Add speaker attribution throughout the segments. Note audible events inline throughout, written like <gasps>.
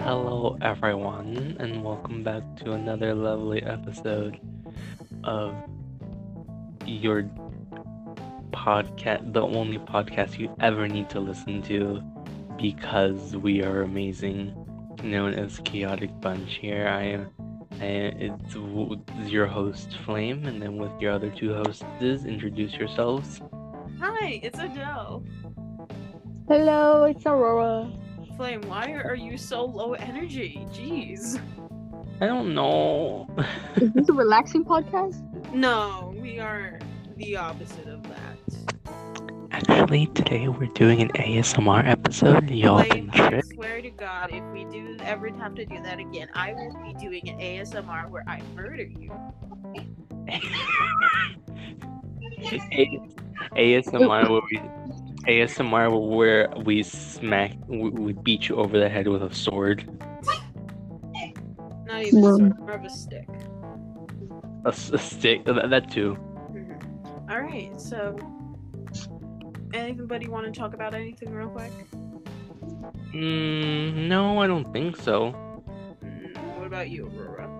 Speaker 1: Hello, everyone, and welcome back to another lovely episode of your podcast, the only podcast you ever need to listen to because we are amazing, known as Chaotic Bunch. Here I am. I, it's w- your host, Flame, and then with your other two hosts, introduce yourselves.
Speaker 2: Hi, it's Adele.
Speaker 3: Hello, it's Aurora.
Speaker 2: Flame, why are you so low energy? Jeez.
Speaker 1: I don't know.
Speaker 3: Is this a relaxing podcast?
Speaker 2: No, we are the opposite of that.
Speaker 1: Actually, today we're doing an ASMR episode. Y'all
Speaker 2: Flame,
Speaker 1: been
Speaker 2: I
Speaker 1: tricked.
Speaker 2: swear to God, if we do ever have to do that again, I will be doing an ASMR where I murder you.
Speaker 1: A- ASMR where we ASMR where we smack we, we beat you over the head with a sword.
Speaker 2: Not even
Speaker 3: No.
Speaker 2: sort of, more of a stick.
Speaker 1: A, s- a stick that, that too.
Speaker 2: Mhm. All right, so anybody want to talk about anything real quick?
Speaker 1: Mm, no, I don't think so.
Speaker 2: Mm, what about you, Aurora?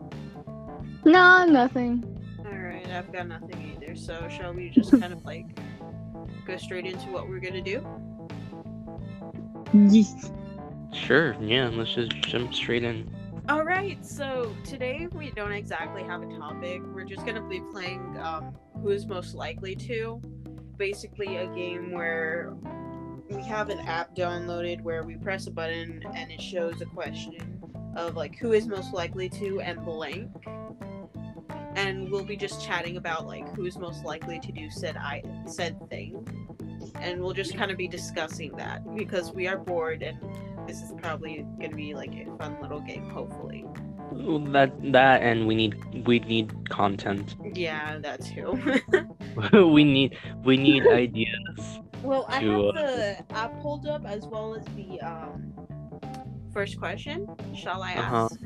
Speaker 3: No, nothing.
Speaker 2: All right, I've got nothing either. So shall we just kind of like go straight into what we're gonna do?
Speaker 3: Yeet.
Speaker 1: Sure, yeah, let's just jump straight in.
Speaker 2: All right, so today we don't exactly have a topic. We're just gonna be playing um, who's most likely to. Basically, a game where we have an app downloaded where we press a button and it shows a question of like who is most likely to and blank. And we'll be just chatting about like who's most likely to do said I said thing, and we'll just kind of be discussing that because we are bored and this is probably gonna be like a fun little game hopefully
Speaker 1: Well, That that and we need we need content. <laughs>
Speaker 2: yeah that too <laughs>
Speaker 1: we need we need ideas.
Speaker 2: well i have
Speaker 1: To, uh,
Speaker 2: the app pulled up as well as the um first question shall i
Speaker 1: Uh-huh.
Speaker 2: ask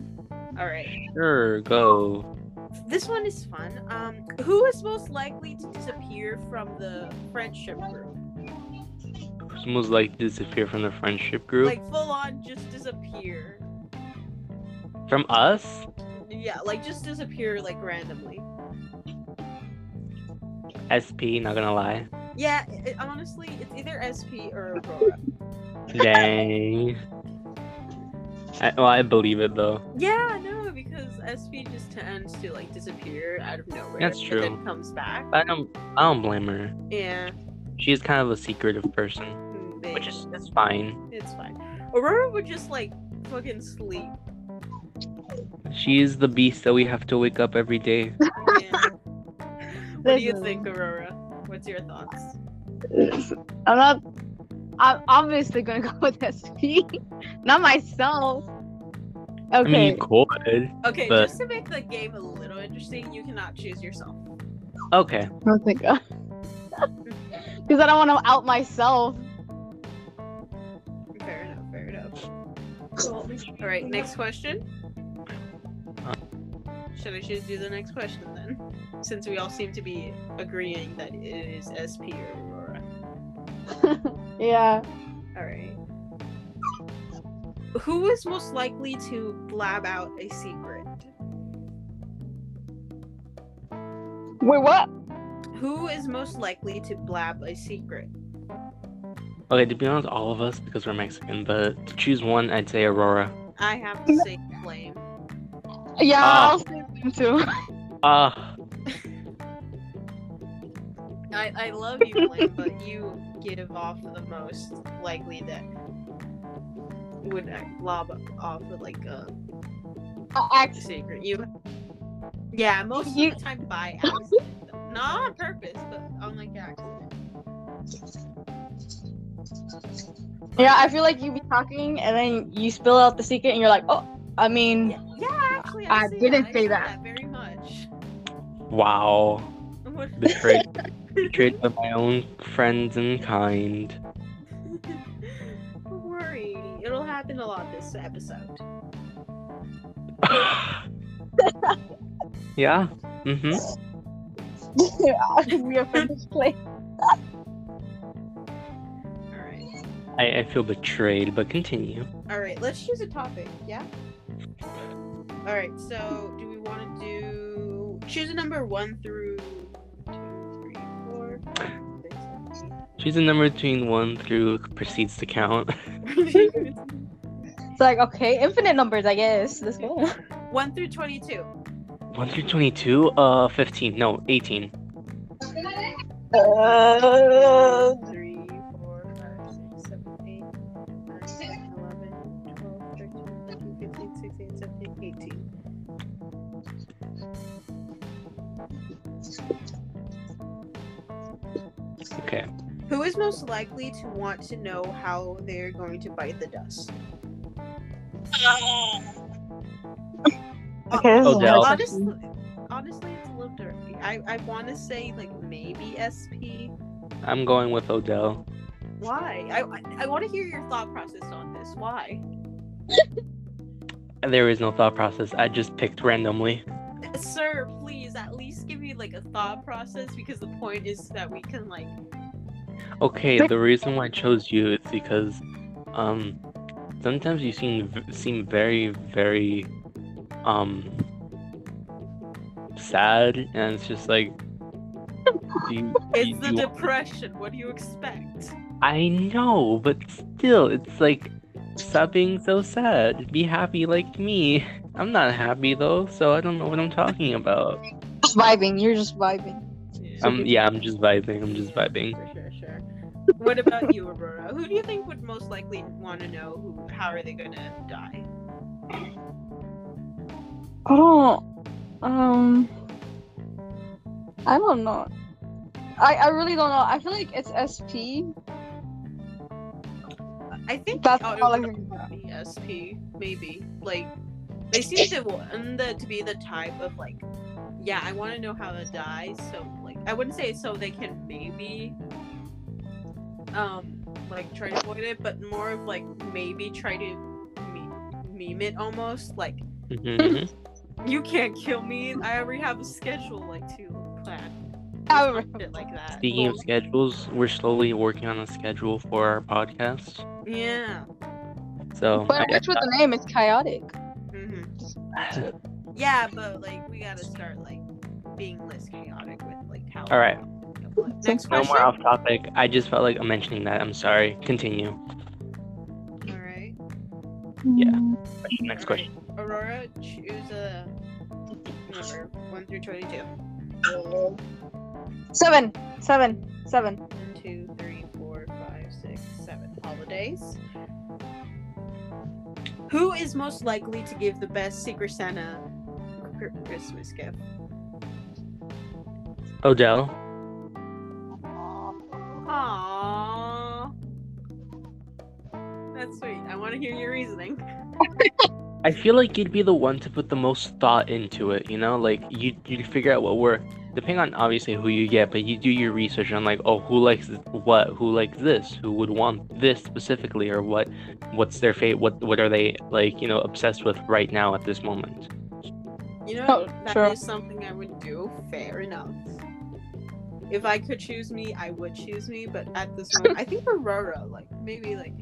Speaker 2: all right
Speaker 1: Sure, go.
Speaker 2: this one is fun um who is most likely to disappear from the friendship group
Speaker 1: Someone's like disappear from the friendship group
Speaker 2: like full on just disappear
Speaker 1: from us.
Speaker 2: yeah like just disappear like randomly
Speaker 1: SP, not gonna lie.
Speaker 2: yeah it, honestly it's either sp or aurora
Speaker 1: Dang. I, well, I believe it though.
Speaker 2: Yeah, no, because SP just tends to like disappear out of nowhere.
Speaker 1: That's
Speaker 2: but Then
Speaker 1: true.
Speaker 2: comes back.
Speaker 1: I don't. I don't blame her.
Speaker 2: Yeah,
Speaker 1: She's kind of a secretive person,
Speaker 2: they-
Speaker 1: which is that's fine.
Speaker 2: it's fine. Aurora would just like fucking sleep.
Speaker 1: She is the beast that we have to wake up every day.
Speaker 2: Yeah. what do you
Speaker 3: Listen.
Speaker 2: think, Aurora? What's your thoughts?
Speaker 3: I'm not. I'm obviously gonna go with SP. not myself.
Speaker 1: I mean,
Speaker 3: Okay.
Speaker 1: you could.
Speaker 2: Okay,
Speaker 1: But-
Speaker 2: just to make the game a little interesting, you cannot choose yourself.
Speaker 1: Okay.
Speaker 3: Because I don't want to out myself.
Speaker 2: Fair enough. Fair enough. All right, next question.
Speaker 1: Uh.
Speaker 2: Should I just do the next question then? Since we all seem to be agreeing that it is SP or Aurora.
Speaker 3: Yeah.
Speaker 2: All right. Who is most likely to blab out a secret?
Speaker 3: Wait, what?
Speaker 2: Who is most likely to blab a secret?
Speaker 1: Okay. To be honest, all of us because we're Mexican. But to choose one, I'd say Aurora.
Speaker 2: I have to say flame.
Speaker 3: Yeah,
Speaker 1: Ah.
Speaker 3: I'll say them too.
Speaker 1: Ah,
Speaker 2: I, I love you, flame, but you give off the most likely that would uh, blob off with like a
Speaker 3: Actually,
Speaker 2: secret. You, yeah, most
Speaker 3: You-
Speaker 2: of the time by accident, though. not on purpose, but on like accident.
Speaker 3: yeah, I feel like you be talking and then you spill out the secret and you're like, oh, I mean, <laughs>
Speaker 2: Yeah, actually, I,
Speaker 3: I
Speaker 2: see
Speaker 3: didn't
Speaker 2: that. I
Speaker 3: say
Speaker 2: see
Speaker 3: that.
Speaker 2: very much. <laughs>
Speaker 1: wow.
Speaker 2: What-
Speaker 1: Betrayed. Betrayed by my own friends and kind. <laughs>
Speaker 2: Don't worry, it'll happen a lot this episode.
Speaker 1: yeah. Mhm.
Speaker 3: we are finished play.
Speaker 2: All right.
Speaker 1: I, I feel betrayed, but continue.
Speaker 2: All right, let's choose a topic. Yeah. All right. So, do we want to do choose a number one through two, three, four, five, six, seven,
Speaker 1: Choose a number between one through proceeds to count. <laughs>
Speaker 2: eight. <laughs>
Speaker 3: It's like okay, infinite numbers, I guess. Let's go.
Speaker 2: one through twenty-two?
Speaker 1: One through twenty-two. Uh, fifteen. No, eighteen.
Speaker 3: Uh,
Speaker 2: Three, four, five, six, seven, eight, nine, 10, 11, 12, 13, 14, 15, 16, 17, 18.
Speaker 1: Okay.
Speaker 2: Who is most likely to want to know how they're going to bite the dust?
Speaker 3: okay, this is
Speaker 1: Odell.
Speaker 3: hard
Speaker 2: Honestly,
Speaker 3: question.
Speaker 2: honestly, it's a little dirty. I, I want to say like maybe SP.
Speaker 1: I'm going with Odell.
Speaker 2: Why? I I, I want to hear your thought process on this. Why? <laughs>
Speaker 1: There is no thought process. I just picked randomly.
Speaker 2: Sir, please at least give me like a thought process because the point is that we can like
Speaker 1: Okay, the reason why I chose you is because, um, sometimes you seem v- seem very very, um, sad, and it's just like. do you-
Speaker 2: it's
Speaker 1: you-
Speaker 2: the
Speaker 1: you-
Speaker 2: depression. What do you expect?
Speaker 1: I know, but still, it's like stop being so sad. Be happy like me. I'm not happy though, so I don't know what I'm talking about.
Speaker 3: Just vibing. You're just vibing.
Speaker 1: Um, yeah, I'm just vibing. I'm just vibing.
Speaker 2: Sure, sure, sure. What about you, Aurora? Who do you think would most likely want to know who, how are they gonna die?
Speaker 3: I don't. Um. I don't know. I I really don't know. I feel like it's SP.
Speaker 2: I think
Speaker 3: That's
Speaker 2: oh, it
Speaker 3: all I
Speaker 2: would
Speaker 3: can think of.
Speaker 2: be SP, maybe. Like they seem to want the, to be the type of like, yeah, I want to know how to die. So like, I wouldn't say so they can maybe, um, like try to avoid it, but more of like maybe try to me- meme it almost like
Speaker 3: Mm-hmm.
Speaker 1: Mhm.
Speaker 2: you can't kill me. I already have a schedule like to
Speaker 3: <laughs>
Speaker 2: plan
Speaker 3: I don't
Speaker 2: shit like that.
Speaker 1: <laughs> Speaking of schedules, we're slowly working on a schedule for our podcast.
Speaker 2: Yeah.
Speaker 1: So
Speaker 3: But
Speaker 1: I-
Speaker 3: which with the name is chaotic.
Speaker 2: hmm
Speaker 1: <laughs>
Speaker 2: Yeah, but like we gotta start like being less chaotic with like how.
Speaker 1: All right.
Speaker 2: Next
Speaker 1: no
Speaker 2: question.
Speaker 1: more off topic. I just felt like mentioning that. I'm sorry. Continue.
Speaker 2: All right.
Speaker 1: Yeah. Next question.
Speaker 2: Aurora, choose a number one through twenty-two.
Speaker 3: Seven. Seven. Seven.
Speaker 2: One, two, three, four, five, six, seven. Holidays. Who is most likely to give the best Secret Santa cr- Christmas gift?
Speaker 1: Odell.
Speaker 2: Aww. That's sweet. I want to hear your reasoning.
Speaker 1: I feel like you'd be the one to put the most thought into it, you know? Like you you figure out what work depending on obviously who you get, but you do your research on like, oh who likes th- what, who likes this, who would want this specifically or what what's their fate what what are they like, you know, obsessed with right now at this moment.
Speaker 2: You know,
Speaker 3: Oh,
Speaker 2: that is
Speaker 3: sure.
Speaker 2: something I would do. Fair enough. If I could choose me, I would choose me. But at
Speaker 3: <laughs>
Speaker 2: this moment, I think Aurora, like maybe like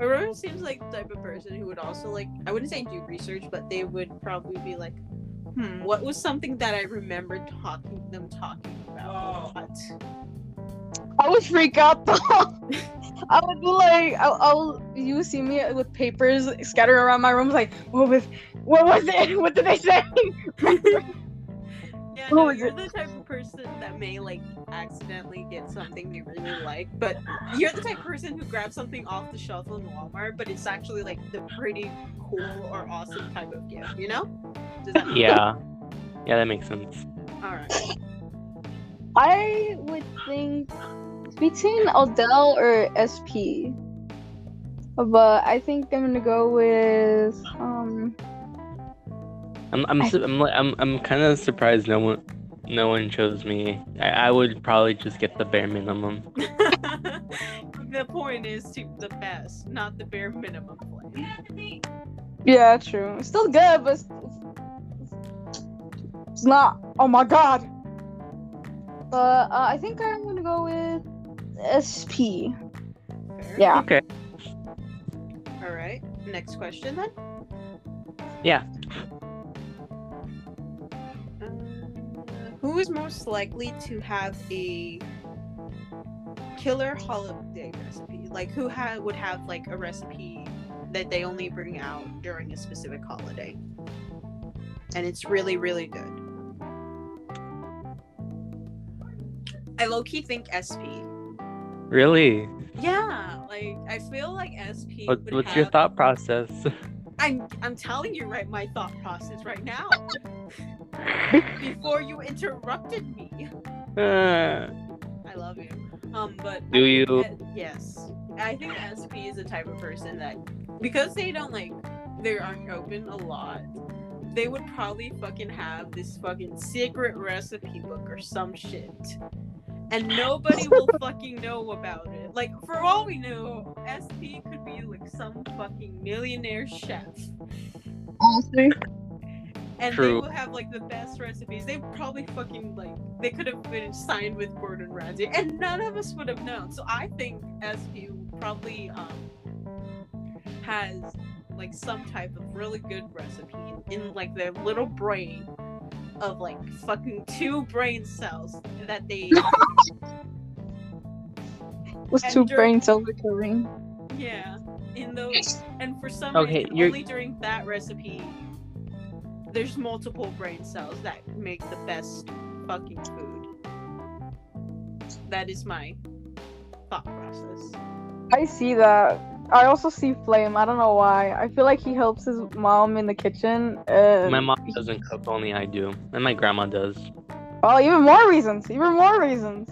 Speaker 2: Aurora seems like the type of person who would also like I wouldn't say do research, but they would probably be like, hmm, what was something that I remember talking them talking about? a lot?"
Speaker 3: I would freak out <laughs> though. I would be like, I, I will. You see me with papers scattered around my room, like, what was, what was it? <laughs> What did they say?
Speaker 2: Yeah,
Speaker 3: Who
Speaker 2: no,
Speaker 3: is
Speaker 2: you're
Speaker 3: it?
Speaker 2: the type of person that may like accidentally get something you really like, but you're the type of person who grabs something off the shelf in Walmart, but it's actually like the pretty cool or awesome type of gift, you know? Does that
Speaker 1: Yeah. Yeah, that makes sense.
Speaker 2: All right. <laughs>
Speaker 3: I would think it's between Odell or SP, but I think I'm gonna go with um.
Speaker 1: I'm I'm
Speaker 3: I-
Speaker 1: su- I'm li- I'm, I'm kind of surprised no one no one chose me. I, I would probably just get the bare minimum.
Speaker 2: the point is to the best, not the bare minimum play.
Speaker 3: Yeah, true. It's still good, but it's, it's not. Oh my god. But uh, I think I'm gonna go with SP.
Speaker 2: Fair.
Speaker 3: Yeah.
Speaker 1: Okay.
Speaker 2: next question then?
Speaker 1: Yeah.
Speaker 2: Um, who is most likely to have a killer holiday recipe? Like, who ha- would have like a recipe that they only bring out during a specific holiday? And it's really, really good. I low key think SP.
Speaker 1: Really?
Speaker 2: Yeah, like I feel like SP.
Speaker 1: What,
Speaker 2: would
Speaker 1: what's your
Speaker 2: have-
Speaker 1: thought process?
Speaker 2: I'm I'm telling you right my thought process right now before you interrupted me.
Speaker 1: Uh,
Speaker 2: I love you. Um, but
Speaker 1: Do
Speaker 2: I think
Speaker 1: you?
Speaker 2: that- yes, I think SP is the type of person that because they don't like they aren't open a lot. They would probably fucking have this fucking secret recipe book or some shit. And
Speaker 1: <laughs>
Speaker 2: nobody will fucking know about it. Like, for all we know, SP could be like some fucking millionaire chef.
Speaker 3: Honestly,
Speaker 2: and they
Speaker 1: True.
Speaker 2: will have like the best recipes. They probably fucking like they could have been signed with Gordon Ramsay, and none of us would have known. So I think SP probably um, has like some type of really good recipe in like their little brain of like fucking two brain cells that they
Speaker 3: with
Speaker 2: And
Speaker 3: two
Speaker 2: dur-
Speaker 3: brain cells recovering.
Speaker 2: yeah in those and for some
Speaker 1: Okay,
Speaker 2: reason
Speaker 1: you're-
Speaker 2: only during that recipe there's multiple brain cells that make the best fucking food that is my thought process
Speaker 3: I see that. I also see Flame. I don't know why. I feel like he helps his mom in the kitchen. And...
Speaker 1: my mom doesn't cook, only I do, and my grandma does.
Speaker 3: Oh, even more reasons. Even more reasons.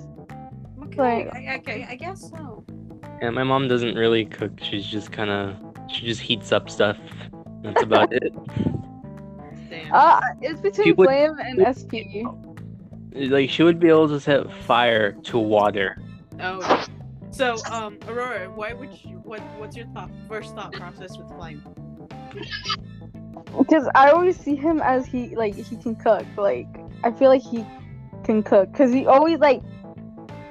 Speaker 2: okay
Speaker 3: Like-
Speaker 2: I, okay i guess so
Speaker 1: Yeah, my mom doesn't really cook. She's just kind of she just heats up stuff. That's <laughs> about it.
Speaker 2: damn
Speaker 3: Uh, it's between
Speaker 1: would-
Speaker 3: Flame and SP.
Speaker 1: Like she would be able to set fire to water.
Speaker 2: oh so um aurora why would you what what's your thought first thought process with flame
Speaker 3: Because I always see him as he like he can cook. Like I feel like he can cook because he always like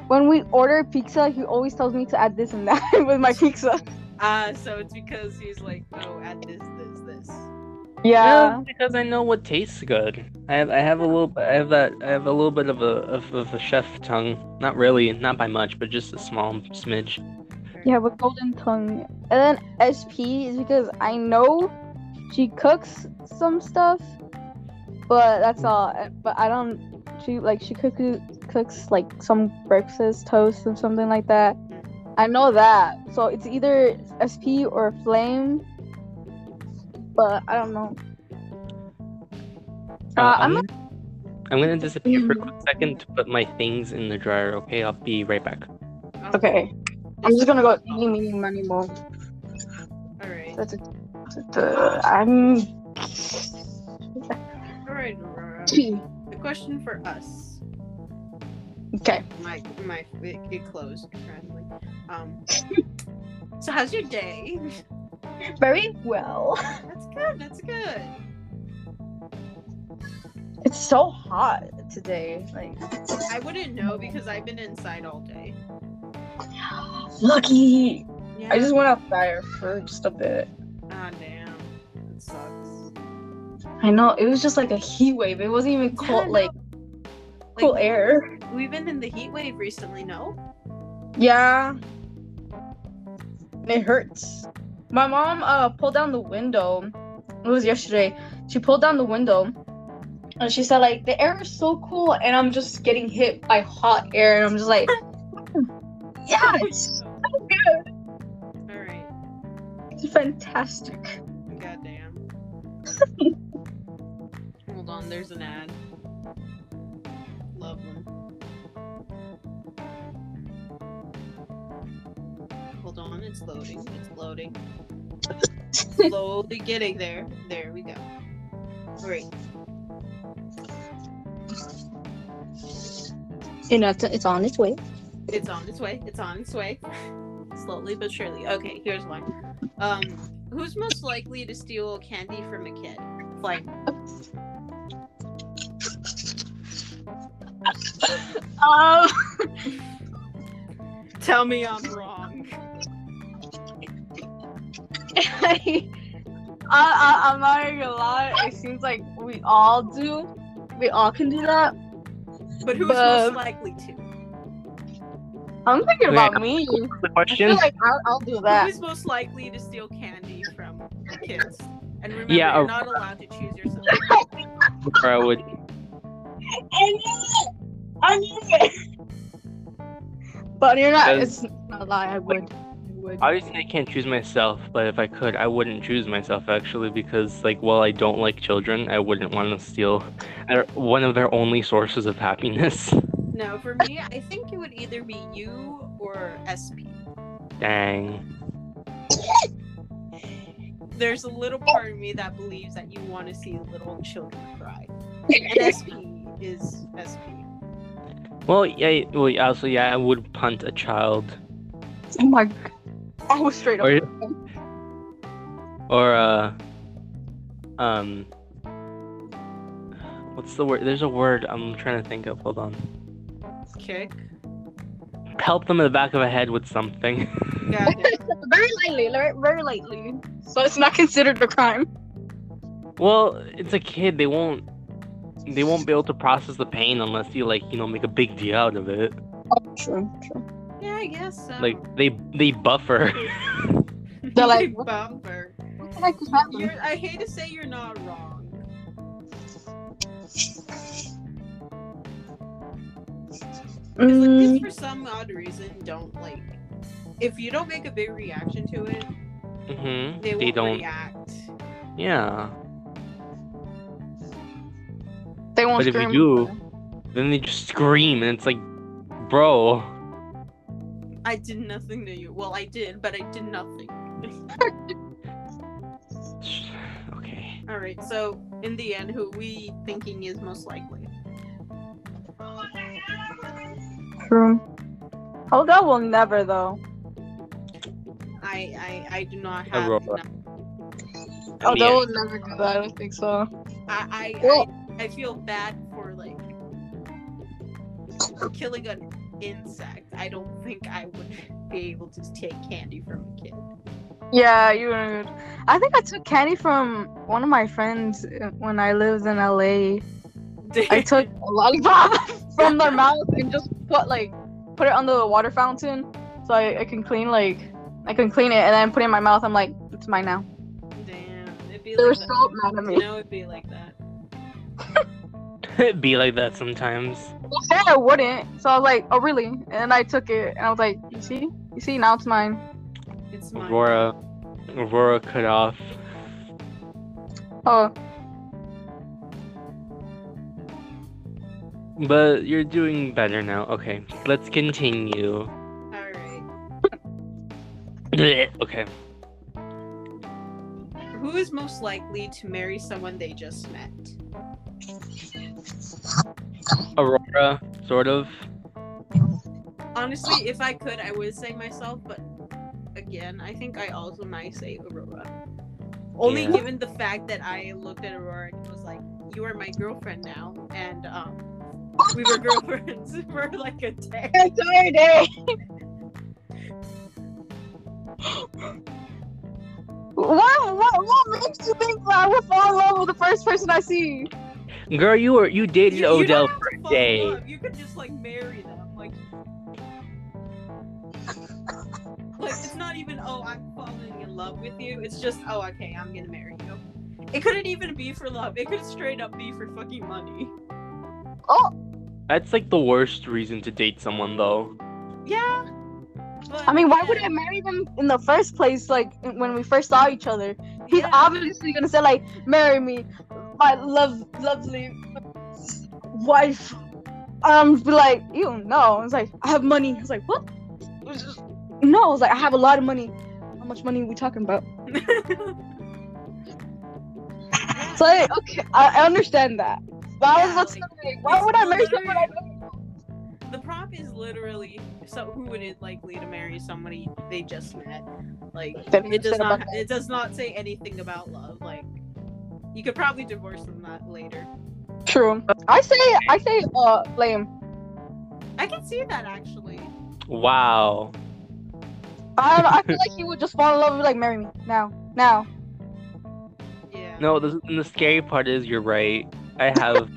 Speaker 3: when we order pizza, he always tells me to add this and that <laughs> with my pizza.
Speaker 2: uh so it's because he's like oh add this this this
Speaker 1: No,
Speaker 3: Yeah.
Speaker 1: because I know what tastes good. I have I have a little I have that I have a little bit of a of, of a chef tongue. Not really, not by much, but just a small smidge.
Speaker 3: Yeah, with golden tongue. And then SP is because I know she cooks some stuff, but that's all. Uh, But I don't. She like she cook, cooks like some breakfast toast and something like that. I know that. So it's either SP or Flame, but I don't know. Uh, I'm
Speaker 1: I'm, gonna- Um, I'm gonna disappear for a quick second to put my things in the dryer. Okay, I'll be right back.
Speaker 2: Oh,
Speaker 3: Okay. I'm just gonna go eeny, meeny, money, more.
Speaker 2: all right
Speaker 3: I'm.
Speaker 2: all right aurora the question for us.
Speaker 3: okay.
Speaker 2: My my it, it closed randomly. Um. so how's your day?
Speaker 3: Very well.
Speaker 2: That's good. That's good.
Speaker 4: <laughs> It's so hot today. Like,
Speaker 2: I wouldn't know because I've been inside all day.
Speaker 4: lucky.
Speaker 2: Yeah.
Speaker 4: I just went outside for just a bit.
Speaker 2: Ah damn. That sucks.
Speaker 4: I know it was just like a heat wave. It wasn't even
Speaker 2: Yeah,
Speaker 4: cold,
Speaker 2: no.
Speaker 4: like cool
Speaker 2: Like,
Speaker 4: air.
Speaker 2: We've been in the heat wave recently. No.
Speaker 4: Yeah. And It hurts. My mom uh pulled down the window. It was yesterday. She pulled down the window, and she said like the air is so cool, and I'm just getting hit by hot air, and I'm just <laughs> like, yeah,
Speaker 2: <laughs>
Speaker 4: it's good.
Speaker 2: All right.
Speaker 4: <laughs> It's fantastic.
Speaker 2: Goddamn. <laughs> Hold on. There's an ad. Love them. Hold on. It's loading. It's loading. Slowly getting there. There we go. Great.
Speaker 4: You know, it's on its way.
Speaker 2: It's on its way. It's on its way. <laughs> Slowly but surely. Okay, here's one. Um, who's most likely to steal candy from a kid? Like,
Speaker 4: Um.
Speaker 2: tell me I'm wrong.
Speaker 3: <laughs> I, I, I'm not even gonna lie. It seems like we all do. We all can do that.
Speaker 2: But who's
Speaker 3: But-
Speaker 2: most likely to?
Speaker 3: I'm thinking
Speaker 1: Wait,
Speaker 3: about me.
Speaker 1: The
Speaker 3: I
Speaker 1: question?
Speaker 3: feel like I'll, I'll do that.
Speaker 2: Who's most likely to steal candy from kids? And remember,
Speaker 1: Yeah, oh.
Speaker 2: you're
Speaker 1: a-
Speaker 2: not allowed to choose yourself.
Speaker 1: Laura would.
Speaker 4: I knew it. I knew it.
Speaker 3: But you're not.
Speaker 1: Does-
Speaker 3: It's not a lie. I would. I would.
Speaker 1: Obviously, I can't choose myself, but if I could, I wouldn't choose myself actually because, like, while I don't like children, I wouldn't want to steal their- one of their only sources of happiness. <laughs>
Speaker 2: No, for me, I think it would either be you or SP.
Speaker 1: Dang.
Speaker 2: There's a little part of me that believes that you want to see little children cry. And SP <laughs> is SP.
Speaker 1: Well, yeah. Well, yeah, also, yeah, I would punt a child
Speaker 3: Oh my. g- I was straight up.
Speaker 1: Or- or uh, um, what's the word? There's a word I'm trying to think of. Hold on.
Speaker 2: Kick.
Speaker 1: Help them in the back of the head with something. <laughs>
Speaker 2: Got it.
Speaker 3: Very lightly. li- Very lightly. So it's not considered a crime.
Speaker 1: Well, it's a kid. They won't. They won't be able to process the pain unless you like, you know, make a big deal out of it.
Speaker 3: Oh, True. True.
Speaker 2: Yeah, I guess so. <laughs>
Speaker 1: Like they they buffer. <laughs>
Speaker 3: they're like, what-
Speaker 2: bumper.
Speaker 3: What the heck is happening?
Speaker 2: You're, I hate to say you're not wrong. Because like
Speaker 1: Mm.
Speaker 3: Mm,
Speaker 2: kids for some odd reason don't like if you don't make a big reaction to it,
Speaker 1: hmm
Speaker 2: they,
Speaker 1: They,
Speaker 2: won't
Speaker 1: don't.
Speaker 2: react.
Speaker 1: Yeah.
Speaker 3: They won't
Speaker 1: But if you
Speaker 3: scream.
Speaker 1: do- Then they just scream, and it's like, bro.
Speaker 2: I did nothing to you. Well I did, but I did nothing.
Speaker 1: sh- Okay. <laughs>
Speaker 2: Alright, so in the end who we thinking is most likely.
Speaker 3: True. Oh, that will never though.
Speaker 2: I I, I do not have
Speaker 1: Aurora.
Speaker 2: enough-
Speaker 3: Oh,
Speaker 1: Yeah.
Speaker 3: that will never do that. I don't think so.
Speaker 2: I I,
Speaker 3: Well-
Speaker 2: I I feel bad for like for killing an insect. I don't think I would be able to take candy from a kid.
Speaker 3: Yeah, you would. I think I took candy from one of my friends uh, when I lived in LA.
Speaker 2: <laughs>
Speaker 3: <laughs> I took a lollipop <laughs> from their mouth and just put like put it under the water fountain so I, I can clean like I can clean it and then put it in my mouth. I'm like, it's mine now.
Speaker 2: Damn, it'd be
Speaker 3: They were
Speaker 2: like
Speaker 3: so
Speaker 2: that.
Speaker 3: mad at
Speaker 2: You
Speaker 3: <laughs> me.
Speaker 2: know, it'd be like that.
Speaker 1: It be like that sometimes.
Speaker 3: They said I wouldn't, so I was like, oh really? And then I took it and I was like, you see, you see, now it's mine.
Speaker 2: It's mine.
Speaker 1: Aurora. Aurora cut off.
Speaker 3: Oh,
Speaker 1: But you're doing better now. Okay. Let's continue. <clears throat>
Speaker 2: All right.
Speaker 1: Blech, okay.
Speaker 2: Who is most likely to marry someone they just met?
Speaker 1: Aurora, sort of.
Speaker 2: Honestly, if I could, I would say myself, but again, I think I also might say Aurora. Only
Speaker 1: Yeah.
Speaker 2: given the fact that I looked at Aurora and was like, "You are my girlfriend now," and um, we were girlfriends <laughs> for like a day.
Speaker 3: entire day. what, what what makes you think that I would fall in love with the first person I see?
Speaker 1: Girl, you were you dated
Speaker 2: You- you don't
Speaker 1: Odell
Speaker 2: have
Speaker 1: for
Speaker 2: to
Speaker 1: a
Speaker 2: fall in
Speaker 1: day.
Speaker 2: love. You could just like marry them, like. Like it's not even oh I'm falling in love with you. It's just oh okay I'm gonna marry you. It couldn't even be for love. It could straight up be for fucking money.
Speaker 3: Oh,
Speaker 1: That's like the worst reason to date someone though.
Speaker 2: Yeah. But
Speaker 3: I mean, why would I marry them in the first place? Like when we first saw each other, he's
Speaker 2: Yeah.
Speaker 3: obviously gonna say like, "Marry me, my love, lovely wife." Um, be like, you know, it's like I have money. It's like what? It was just- No, it's like I have a lot of money. How much money are we talking about? So like, okay, I, I understand that. But I was
Speaker 2: Yeah,
Speaker 3: about to say, like, why would I marry someone I don't
Speaker 2: the prop is literally so who would it likely to marry somebody they just met? Like
Speaker 3: Then
Speaker 2: it does
Speaker 3: said about
Speaker 2: not it does not say anything about love. Like you could probably divorce them that later.
Speaker 3: True. I say, I say, uh, lame.
Speaker 2: I can see that actually.
Speaker 1: Wow.
Speaker 2: <laughs>
Speaker 3: I don't know. I feel like he would just fall in love and be like, marry me now. Now,
Speaker 2: Yeah.
Speaker 1: No, the, and the scary part is you're right. I have,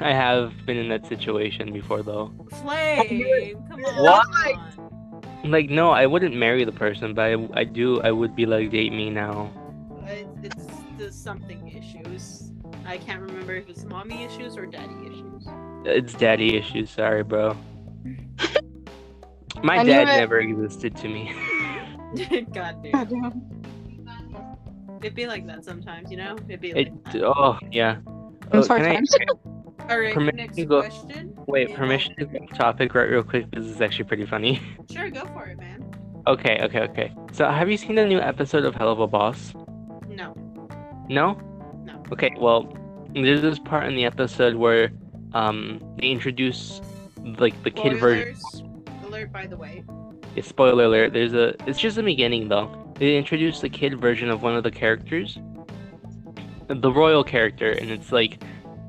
Speaker 1: I have been in that situation before though.
Speaker 2: Flame, come on.
Speaker 1: Why? Like, no, I wouldn't marry the person, but I, I do. I would be like, date me now.
Speaker 2: It's, it's the something issues. I can't remember if it's mommy issues or daddy issues. <laughs>
Speaker 1: It's daddy issues. Sorry,
Speaker 3: <laughs>
Speaker 1: bro. My
Speaker 3: I knew
Speaker 1: dad
Speaker 3: it.
Speaker 1: never existed to me. <laughs>
Speaker 2: God damn.
Speaker 1: Oh,
Speaker 2: It'd be like that sometimes, you know? It'd be like
Speaker 1: It,
Speaker 2: that.
Speaker 1: oh yeah.
Speaker 3: I'm
Speaker 1: Oh,
Speaker 3: sorry,
Speaker 1: can I-
Speaker 3: times.
Speaker 2: All right,
Speaker 1: permission
Speaker 2: next
Speaker 1: to go-
Speaker 2: question.
Speaker 1: Wait,
Speaker 2: Yeah.
Speaker 1: permission to go off topic right real quick. This is actually pretty funny. <laughs>
Speaker 2: Sure, go for it, man.
Speaker 1: Okay, okay, okay. So, have you seen the new episode of Hell of a Boss?
Speaker 2: No.
Speaker 1: No?
Speaker 2: No.
Speaker 1: Okay, well, there's this part in the episode where um they introduce like the kid version.
Speaker 2: Spoilers. Alert, by the way.
Speaker 1: Yeah, Spoiler alert. There's a. It's just the beginning though. They introduce the kid version of one of the characters, the royal character, and it's like,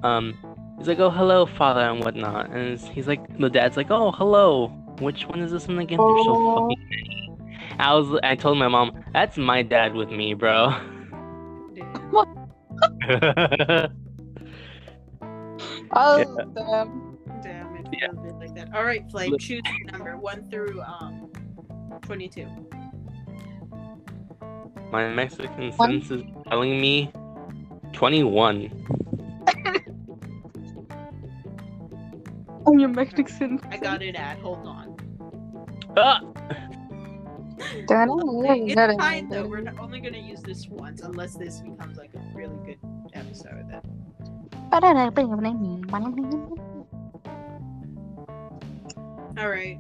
Speaker 1: um, he's like, oh hello, father, and whatnot, and it's, he's like, the dad's like, oh hello. Which one is this one again? There's so
Speaker 3: Oh.
Speaker 1: fucking many. I was. I told my mom, that's my dad with me, bro.
Speaker 2: Damn.
Speaker 3: <laughs> Oh, damn.
Speaker 2: Damn, it's
Speaker 1: Yeah.
Speaker 2: a little bit like that. All right, Flame,
Speaker 1: Look-
Speaker 2: choose a number one through um, 22.
Speaker 1: My Mexican
Speaker 3: One.
Speaker 1: sense is telling me 21.
Speaker 3: I'm your Mexican.
Speaker 2: I got it at. Hold on.
Speaker 1: Ah!
Speaker 2: <laughs>
Speaker 3: Damn,
Speaker 2: It's
Speaker 3: you got it.
Speaker 2: fine though. We're not- only gonna use this once, unless this becomes like a really good episode. Then. All right.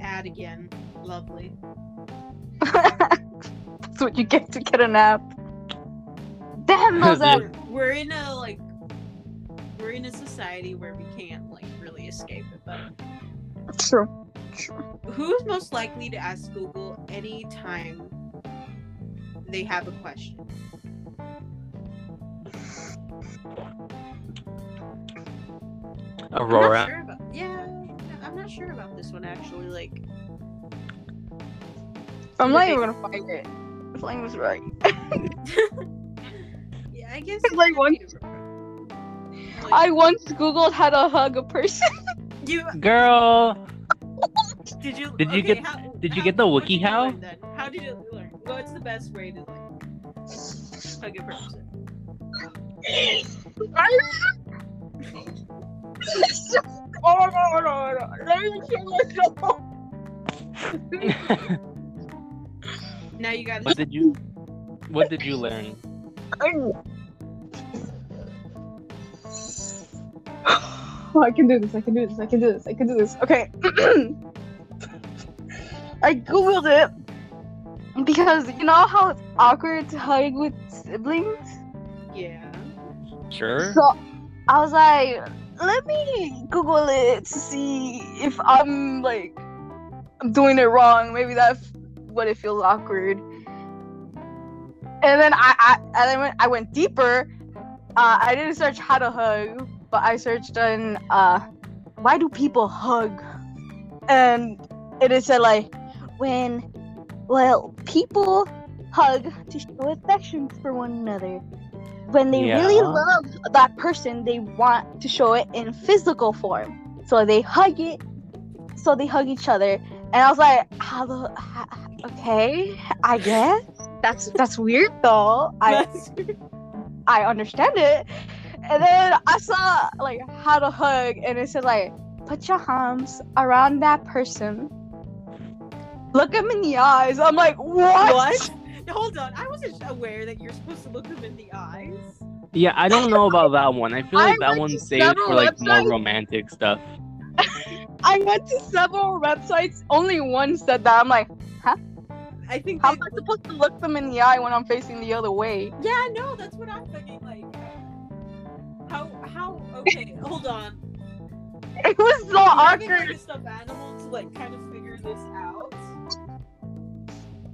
Speaker 2: Add again. Lovely.
Speaker 3: <laughs> That's what you get to get a nap.
Speaker 1: <laughs>
Speaker 3: Damn, those
Speaker 1: Yeah.
Speaker 3: are-
Speaker 2: We're, we're in a like. We're in a society where we can't like really escape it, but
Speaker 3: True.
Speaker 2: Who's most likely to ask Google anytime they have a question? I'm not
Speaker 1: Aurora.
Speaker 2: sure about, yeah, I'm not sure about this one actually. Like,
Speaker 3: I'm not even gonna find it. Flame was right.
Speaker 2: yeah, I guess.
Speaker 3: It's like
Speaker 2: it could
Speaker 3: one-
Speaker 2: be
Speaker 3: <laughs>
Speaker 2: Aurora. Like,
Speaker 3: I once googled how to hug a person. <laughs>
Speaker 2: you
Speaker 1: Girl!
Speaker 2: did you
Speaker 1: Did you
Speaker 2: okay,
Speaker 1: get-
Speaker 2: how-
Speaker 1: did you
Speaker 2: how-
Speaker 1: get the
Speaker 2: what did you
Speaker 1: WikiHow?
Speaker 2: learn then? How did you learn? What's the best way to like hug a person?
Speaker 3: Oh no, no, no. Let me kill myself.
Speaker 2: Now you gotta.
Speaker 1: what did you What did you learn?
Speaker 3: Oh, I can do this. I can do this. I can do this. I can do this. Okay. <clears throat> I googled it because you know how it's awkward to hug with siblings.
Speaker 2: Yeah.
Speaker 1: Sure.
Speaker 3: So I was like, let me Google it to see if I'm like I'm doing it wrong. Maybe that's what it feels awkward. And then I, I and then went, I went deeper. Uh, I didn't search how to hug, but I searched on uh, why do people hug? And it is said like when well people hug to show affection for one another. When they really
Speaker 1: Yeah.
Speaker 3: love that person, they want to show it in physical form. So they hug it. So they hug each other. And I was like, how the h- h- okay, I guess that's that's weird though. <laughs> I
Speaker 2: <laughs>
Speaker 3: I understand it. And then I saw like how to hug, and it said like, put your arms around that person, look him in the eyes. I'm like, what?
Speaker 2: What? Hold on. I wasn't aware that you're supposed to look them in the eyes.
Speaker 1: Yeah, I don't know about that one. I feel
Speaker 3: I
Speaker 1: like that
Speaker 3: went to
Speaker 1: one's saved for
Speaker 3: several
Speaker 1: like more
Speaker 3: websites.
Speaker 1: romantic stuff.
Speaker 3: I went to several websites. Only one said that. I'm like,
Speaker 2: I think.
Speaker 3: how
Speaker 2: they
Speaker 3: am I supposed to look them in the eye when I'm facing the other way?
Speaker 2: Yeah, no, that's what I'm thinking. Like, how, how, okay, hold on.
Speaker 3: It was so
Speaker 2: I'm having, like,
Speaker 3: awkward.
Speaker 2: a stuffed animal to, like, kind of figure this out.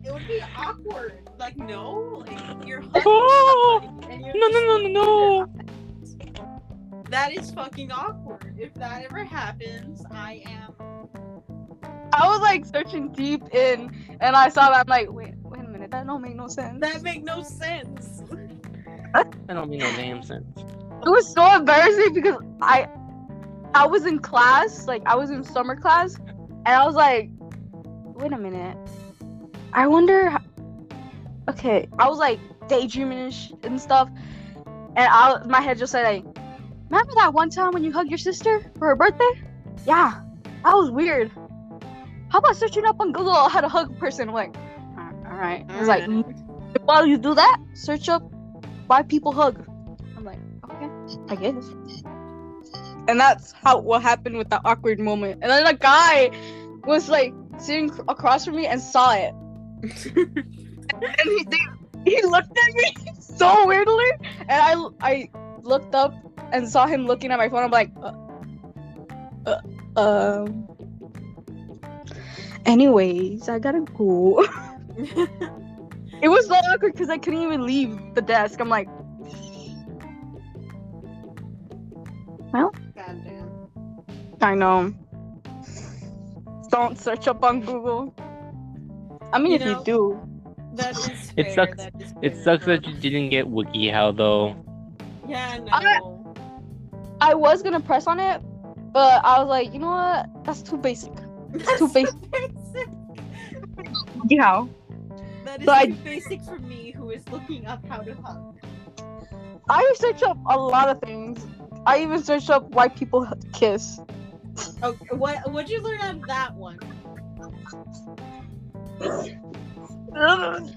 Speaker 2: It would be awkward. Like, no, like, you're hugging
Speaker 1: <laughs> Oh,
Speaker 2: somebody and you're
Speaker 1: No,
Speaker 2: just
Speaker 1: no, no, no, no.
Speaker 2: That is fucking awkward. If that ever happens, I am.
Speaker 3: I was like searching deep in, and I saw that. I'm like, wait, wait a minute, that don't make no sense.
Speaker 2: That make no sense.
Speaker 1: That don't make no damn sense.
Speaker 3: It was so embarrassing because I, I was in class, like I was in summer class, and I was like, wait a minute, I wonder. How... Okay, I was like daydreaming and, sh- and stuff, and I, my head just said like, remember that one time when you hugged your sister for her birthday? Yeah, that was weird. How about searching up on Google how to hug a person? I'm like, "Uh, all right. I was like, "Mm, while you do that, search up why people hug. I'm like, okay, I guess. And that's how what happened with that awkward moment. And then a guy was like sitting ac- across from me and saw it, and he they, he looked at me <laughs> so weirdly, and I I looked up and saw him looking at my phone. I'm like, uh, uh, um. Anyways, I gotta go.
Speaker 2: <laughs>
Speaker 3: It was so awkward because I couldn't even leave the desk. I'm like,
Speaker 2: Goddamn.
Speaker 3: I know. Don't search up on Google. I mean,
Speaker 2: You
Speaker 3: if
Speaker 2: know-
Speaker 3: you do,
Speaker 2: That is
Speaker 1: It
Speaker 2: fair,
Speaker 1: sucks-
Speaker 2: that is
Speaker 1: It
Speaker 2: fair.
Speaker 1: sucks that you didn't get WikiHow though.
Speaker 2: Yeah, no.
Speaker 3: I- I was gonna press on it, but I was like, you know what? That's too basic.
Speaker 2: That's
Speaker 3: too
Speaker 2: so
Speaker 3: basic.
Speaker 2: basic.
Speaker 3: Yeah.
Speaker 2: That is
Speaker 3: So I-
Speaker 2: too basic for me, who is looking up how to hug.
Speaker 3: I searched up a lot of things. I even searched up why people h- kiss.
Speaker 2: Okay, what what'd you learn on that one? <laughs>
Speaker 3: I,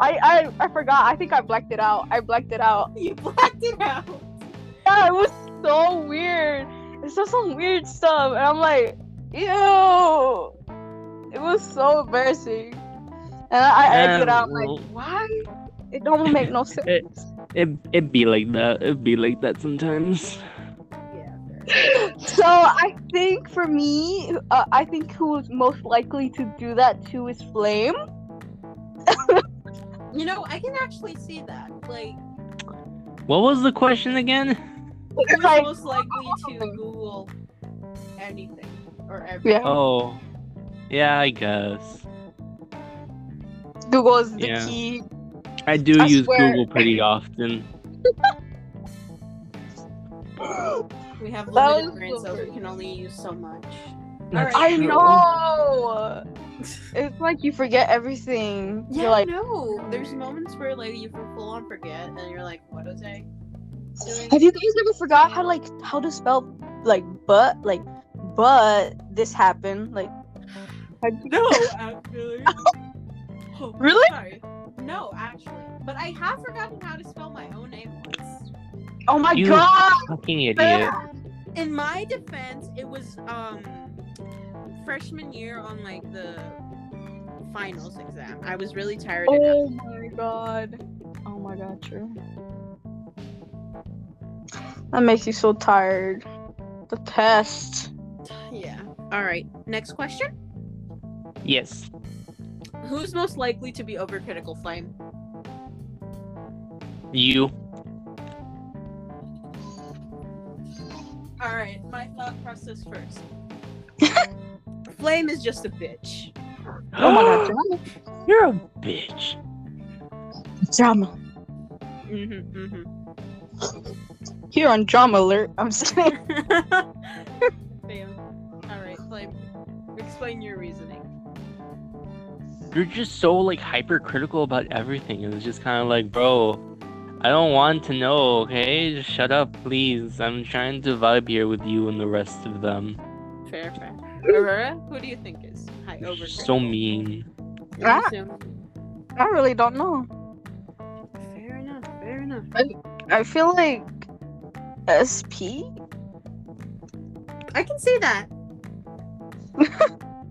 Speaker 3: I I forgot. I think I blacked it out. I blacked it out.
Speaker 2: You blacked it out.
Speaker 3: Yeah, it was so weird. It's just some weird stuff, and I'm like, ew. It was so embarrassing, and I, I exit out like,
Speaker 1: well,
Speaker 3: why? It don't make no sense.
Speaker 1: <laughs> it, it it be like that. It be like that sometimes.
Speaker 2: Yeah.
Speaker 3: So I think for me, uh, I think who's most likely to do that too is Flame.
Speaker 2: You know, I can actually see that. Like,
Speaker 1: What was the question again?
Speaker 2: who's
Speaker 3: Like-
Speaker 2: most likely to Google anything or everything?
Speaker 3: Yeah,
Speaker 1: Oh, yeah, I guess
Speaker 3: Google is the
Speaker 1: Yeah.
Speaker 3: key.
Speaker 1: I do
Speaker 3: I
Speaker 1: use
Speaker 3: swear.
Speaker 1: Google pretty often.
Speaker 2: We have
Speaker 3: That
Speaker 2: limited
Speaker 3: was
Speaker 2: brain
Speaker 3: so
Speaker 2: cells. We
Speaker 3: rude.
Speaker 2: can only use so much.
Speaker 1: That's
Speaker 3: I
Speaker 1: true.
Speaker 3: know. It's like you forget everything.
Speaker 2: Yeah,
Speaker 3: You're like,
Speaker 2: no. There's moments where like you full on forget, and you're like, "What was I doing?"
Speaker 3: Have you guys ever forgot how like how to spell like but like but this happened like
Speaker 2: <laughs> No, actually. Oh,
Speaker 3: Really?
Speaker 2: Sorry. No, actually. But I have forgotten how to spell my own name once.
Speaker 3: oh my
Speaker 1: You-
Speaker 3: god
Speaker 1: Fucking idiot.
Speaker 2: In my defense, it was um freshman year on like the finals exam. I was really tired. and out.
Speaker 3: oh my god oh my god true that makes you so tired the test
Speaker 2: Yeah. All right. Next question.
Speaker 1: Yes.
Speaker 2: Who's most likely to be overcritical, Flame?
Speaker 1: You.
Speaker 2: All right. My thought process first. <laughs> Flame is just a bitch.
Speaker 3: oh my
Speaker 1: <gasps>
Speaker 3: god drama
Speaker 1: You're a bitch.
Speaker 3: drama
Speaker 2: Mm-hmm, mm-hmm.
Speaker 3: here on drama alert I'm just kidding
Speaker 2: Bam. All right, Flame. Explain your reasoning.
Speaker 1: You're just so like hypercritical about everything. It's just kind of like, bro, I don't want to know. Okay, just shut up, please. I'm trying to vibe here with you and the rest of them.
Speaker 2: Fair, fair.
Speaker 3: Uh-huh.
Speaker 2: Aurora, who do you think is high
Speaker 1: You're
Speaker 2: over?
Speaker 1: so mean.
Speaker 3: Ah. I really don't know
Speaker 2: Fair enough. Fair enough.
Speaker 3: I feel like SP
Speaker 2: I can see that.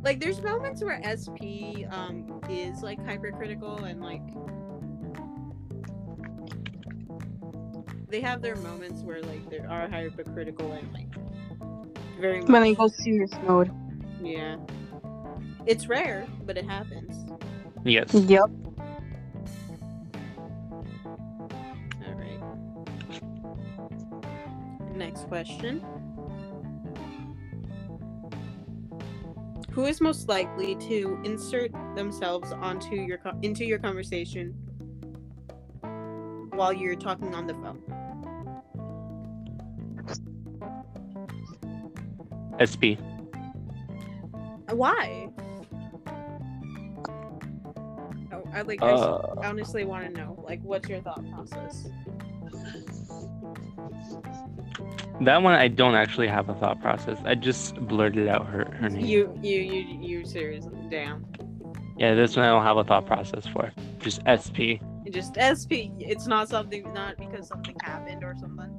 Speaker 2: like, there's moments where SP um is like hypercritical and like they have their moments where like they are hypercritical and like very much.
Speaker 3: when they go serious mode
Speaker 2: Yeah. It's rare, but it happens.
Speaker 3: <laughs>
Speaker 1: Yes.
Speaker 3: yep
Speaker 2: All right. Next question. Who is most likely to insert themselves onto your co- into your conversation while you're talking on the phone?
Speaker 1: SP.
Speaker 2: Why? Oh, I like. I s-
Speaker 1: Uh,
Speaker 2: honestly want to know. Like, what's your thought process?
Speaker 1: that one I don't actually have a thought process. I just blurted out her, her name.
Speaker 2: You, you, you, you. Seriously, damn.
Speaker 1: Yeah, this one I don't have a thought process for. Just SP.
Speaker 2: It just SP. It's not something. Not because something happened or something.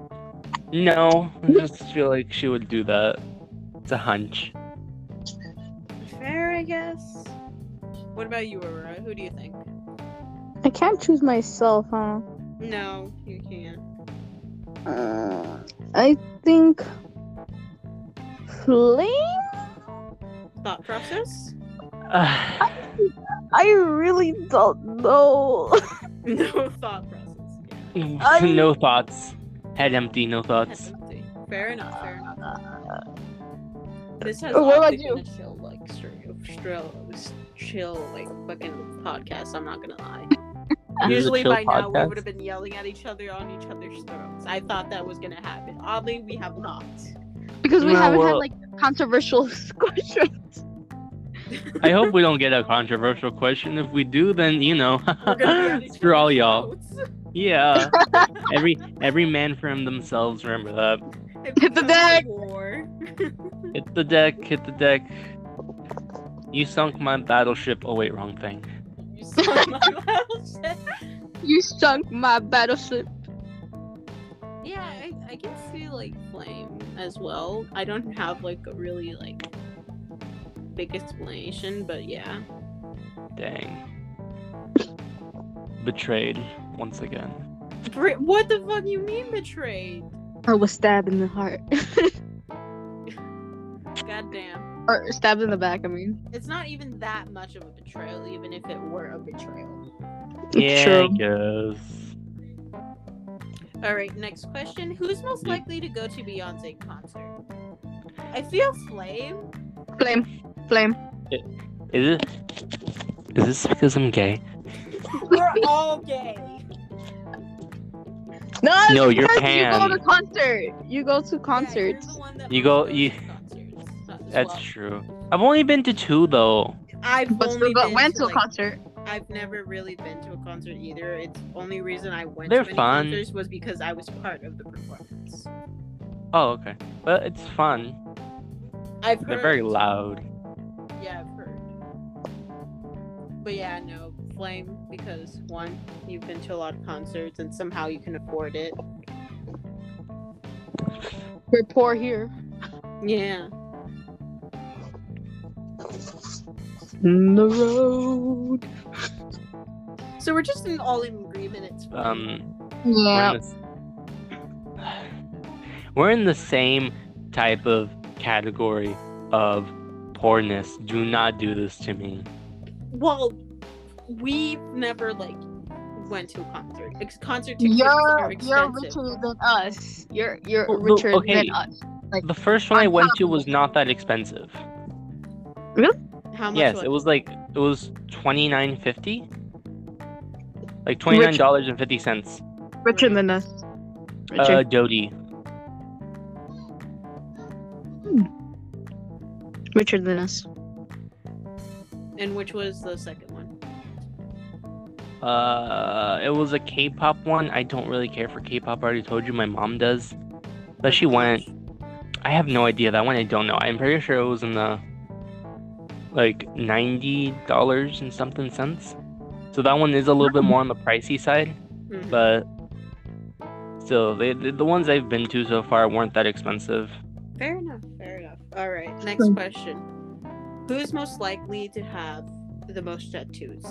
Speaker 1: No, I just feel like she would do that. It's a hunch. <sighs>
Speaker 2: Fair, I guess. What about you, Aurora? Who do you think?
Speaker 3: I can't choose myself, huh?
Speaker 2: No, you can't.
Speaker 3: Uh, I think flame.
Speaker 2: Thought process?
Speaker 1: Uh,
Speaker 3: I really don't know.
Speaker 2: <laughs>
Speaker 3: <laughs>
Speaker 2: No thought process. Yeah.
Speaker 1: no thoughts. Head empty, no thoughts.
Speaker 2: Empathy. Fair enough. Fair enough. This has
Speaker 3: Uh, what about
Speaker 2: honestly
Speaker 3: you?
Speaker 2: been a chill, like stri- stri- chill, like fucking podcast. I'm not gonna lie.
Speaker 1: This is a
Speaker 2: Usually
Speaker 1: chill
Speaker 2: by now we
Speaker 1: podcast?
Speaker 2: would have been yelling at each other on each other's throats. I thought that was gonna happen. Oddly, we have not.
Speaker 3: Because we
Speaker 1: No,
Speaker 3: haven't had
Speaker 1: well-
Speaker 3: like controversial <laughs> questions.
Speaker 2: <laughs>
Speaker 1: I hope we don't get a controversial question. If we do, then you know, <laughs>
Speaker 2: We're gonna be at each
Speaker 1: for all
Speaker 2: other's
Speaker 1: y'all.
Speaker 2: throats. <laughs>
Speaker 1: Yeah, every every man for him themselves. Remember that.
Speaker 2: If we
Speaker 3: Hit the
Speaker 2: go to
Speaker 3: deck.
Speaker 2: war.
Speaker 1: Hit the deck. Hit the deck. You sunk my battleship. Oh wait, wrong thing.
Speaker 2: You saw
Speaker 1: <laughs>
Speaker 2: my little shit.
Speaker 3: You sunk my battleship.
Speaker 2: <laughs> Yeah, I, I can see like flame as well. I don't have like a really like big explanation, but yeah.
Speaker 1: Dang. Betrayed once again.
Speaker 2: Bri- what the fuck you mean betrayed?
Speaker 3: I was stabbed in the heart. <laughs>
Speaker 2: God damn.
Speaker 3: or stabbed in the back, I mean.
Speaker 2: It's not even that much of a betrayal, even if it were a betrayal.
Speaker 1: Yeah,
Speaker 3: True.
Speaker 1: I
Speaker 2: Alright, next question. Who's most
Speaker 1: Yeah.
Speaker 2: likely to go to Beyonce concert? I feel flame.
Speaker 3: Flame. Flame.
Speaker 1: guess. Is it? Is this because I'm gay? <laughs>
Speaker 2: We're all gay.
Speaker 4: No,
Speaker 1: No, you're
Speaker 3: Because You
Speaker 1: pan.
Speaker 3: go to concert. You go to
Speaker 2: Yeah,
Speaker 3: concerts.
Speaker 2: you're the one that
Speaker 1: You go-
Speaker 2: mostly goes
Speaker 1: you-
Speaker 2: to concerts as
Speaker 1: That's
Speaker 2: well.
Speaker 1: true. I've only been to two though.
Speaker 2: I've
Speaker 3: but
Speaker 2: only
Speaker 3: still go-
Speaker 2: been
Speaker 3: went
Speaker 2: to,
Speaker 3: to a
Speaker 2: like,
Speaker 3: concert.
Speaker 2: I've never really been to a concert either. It's only reason I went
Speaker 1: They're
Speaker 2: to any
Speaker 1: fun.
Speaker 2: concerts was because I was part of the performance.
Speaker 1: Oh, okay. Well, it's fun.
Speaker 2: I've
Speaker 1: They're
Speaker 2: heard.
Speaker 1: very loud.
Speaker 2: Yeah, I've heard. But yeah, no flame because one, you've been to a lot of concerts and somehow you can afford it.
Speaker 3: We're poor here.
Speaker 2: Yeah.
Speaker 3: The road.
Speaker 2: So we're just in all in agreement. It's fine.
Speaker 1: Um, we're,
Speaker 3: Yeah.
Speaker 1: in this... we're in the same type of category of poorness. Do not do this to me.
Speaker 2: well, we never like went to a concert. Ex- concert tickets are
Speaker 3: You're you're
Speaker 2: expensive.
Speaker 3: richer than us. You're you're
Speaker 1: Well, well,
Speaker 3: richer
Speaker 1: okay.
Speaker 3: than us.
Speaker 1: The first one I
Speaker 3: On
Speaker 1: went
Speaker 3: top
Speaker 1: to
Speaker 3: of
Speaker 1: was not that expensive.
Speaker 2: How much?
Speaker 1: Yes,
Speaker 2: was
Speaker 1: it was like it was twenty nine fifty. Like twenty nine dollars and fifty cents.
Speaker 3: Richer than us. Richer.
Speaker 1: Uh, Dodie.
Speaker 3: richer than us.
Speaker 2: And which was the second one?
Speaker 1: Uh, it was a K-pop one. I don't really care for K-pop. I already told you my mom does, but she went. I have no idea that one. I don't know. I'm pretty sure it was in the like ninety dollars and something cents. So that one is a little bit more on the pricey side,
Speaker 2: Mhm.
Speaker 1: but still, they, the the ones I've been to so far weren't that expensive.
Speaker 2: Fair enough. Fair enough. All right. Next question. Who is most likely to have the most tattoos?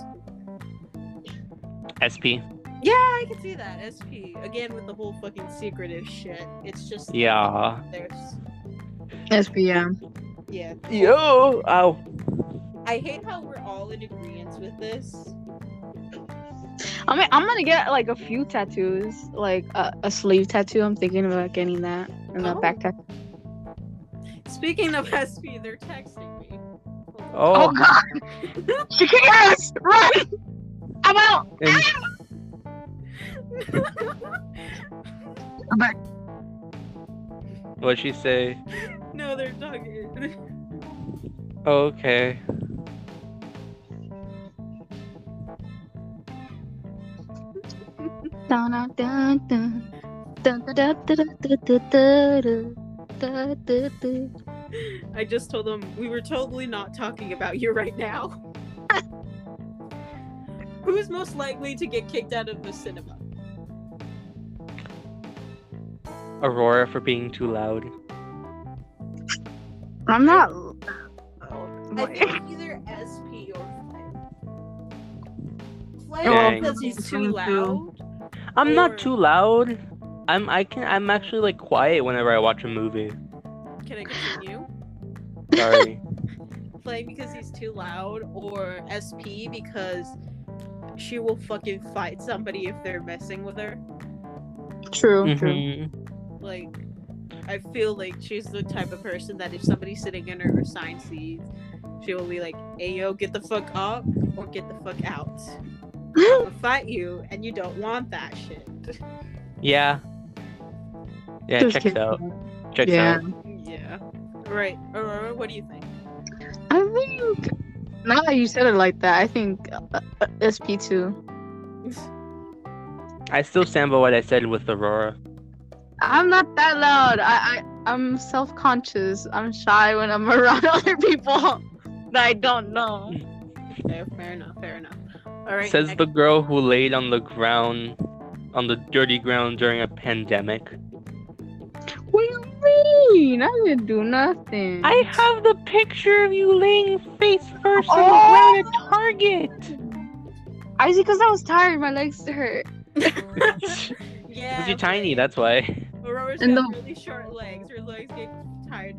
Speaker 1: SP.
Speaker 2: Yeah, I can see that. SP again with the whole fucking secretive shit. It's just
Speaker 1: Yeah.
Speaker 2: There's
Speaker 3: SPM.
Speaker 2: yeah.
Speaker 1: Yo. Ow.
Speaker 2: I hate how we're all in agreement with this.
Speaker 3: I mean, I'm gonna get like a few tattoos, like a, a sleeve tattoo. I'm thinking about getting that and a
Speaker 2: Oh.
Speaker 3: back tattoo.
Speaker 2: Speaking of SP, they're texting me. Hold
Speaker 1: Oh,
Speaker 3: Oh god! she can hear us! Run! I'm out!
Speaker 1: and
Speaker 3: I'm back.
Speaker 1: what'd she say?
Speaker 2: <laughs> no, they're talking.
Speaker 1: Oh, okay.
Speaker 3: Dun, dun, dun, dun. Dun, dun, dun, dun, dun, dun, dun, dun, dun, dun.
Speaker 2: I just told them we were totally not talking about you right now. <laughs> Who's most likely to get kicked out of the cinema?
Speaker 1: Aurora for being too loud.
Speaker 3: I'm not.
Speaker 2: I think either SP or Flair. Flair
Speaker 1: Dang.
Speaker 2: because he's too
Speaker 3: Something
Speaker 2: loud.
Speaker 1: I'm
Speaker 2: Or-
Speaker 1: not too loud. I'm I can I'm actually like quiet whenever I watch a movie.
Speaker 2: Can I continue? <laughs>
Speaker 1: Sorry.
Speaker 2: Flame because he's too loud, or SP because she will fucking fight somebody if they're messing with her.
Speaker 3: True, true.
Speaker 1: Mhm.
Speaker 2: Like, I feel like she's the type of person that if somebody's sitting in her assigned seat, she will be like, "Ayo, get the fuck up or get the fuck out. I'll fight you, and you don't want that shit." <laughs>
Speaker 1: Yeah. Yeah,
Speaker 3: Just
Speaker 1: checks
Speaker 3: kidding.
Speaker 1: out. Checks
Speaker 3: Yeah.
Speaker 1: out.
Speaker 2: Yeah. Right, Aurora. What do you think? <laughs>
Speaker 3: I think. Now that you said it like that, I think uh, uh, SP2.
Speaker 1: I still stand by what I said with Aurora.
Speaker 3: I'm not that loud. I, I I'm self-conscious. I'm shy when I'm <laughs> around other people that I don't know.
Speaker 2: Okay, fair enough. Fair enough. All right.
Speaker 1: Says
Speaker 2: next-
Speaker 1: the girl who laid on the ground, on the dirty ground during a pandemic.
Speaker 3: What do you mean? I didn't do nothing.
Speaker 1: I have the picture of you laying face first
Speaker 3: on the ground
Speaker 1: on the ground at
Speaker 2: <laughs>
Speaker 1: Target.
Speaker 3: I see because I was tired. My legs hurt.
Speaker 2: yeah.
Speaker 1: Because you're
Speaker 2: but
Speaker 1: tiny, that's why.
Speaker 2: Aurora's got
Speaker 3: And
Speaker 2: really short legs. Her legs get tired.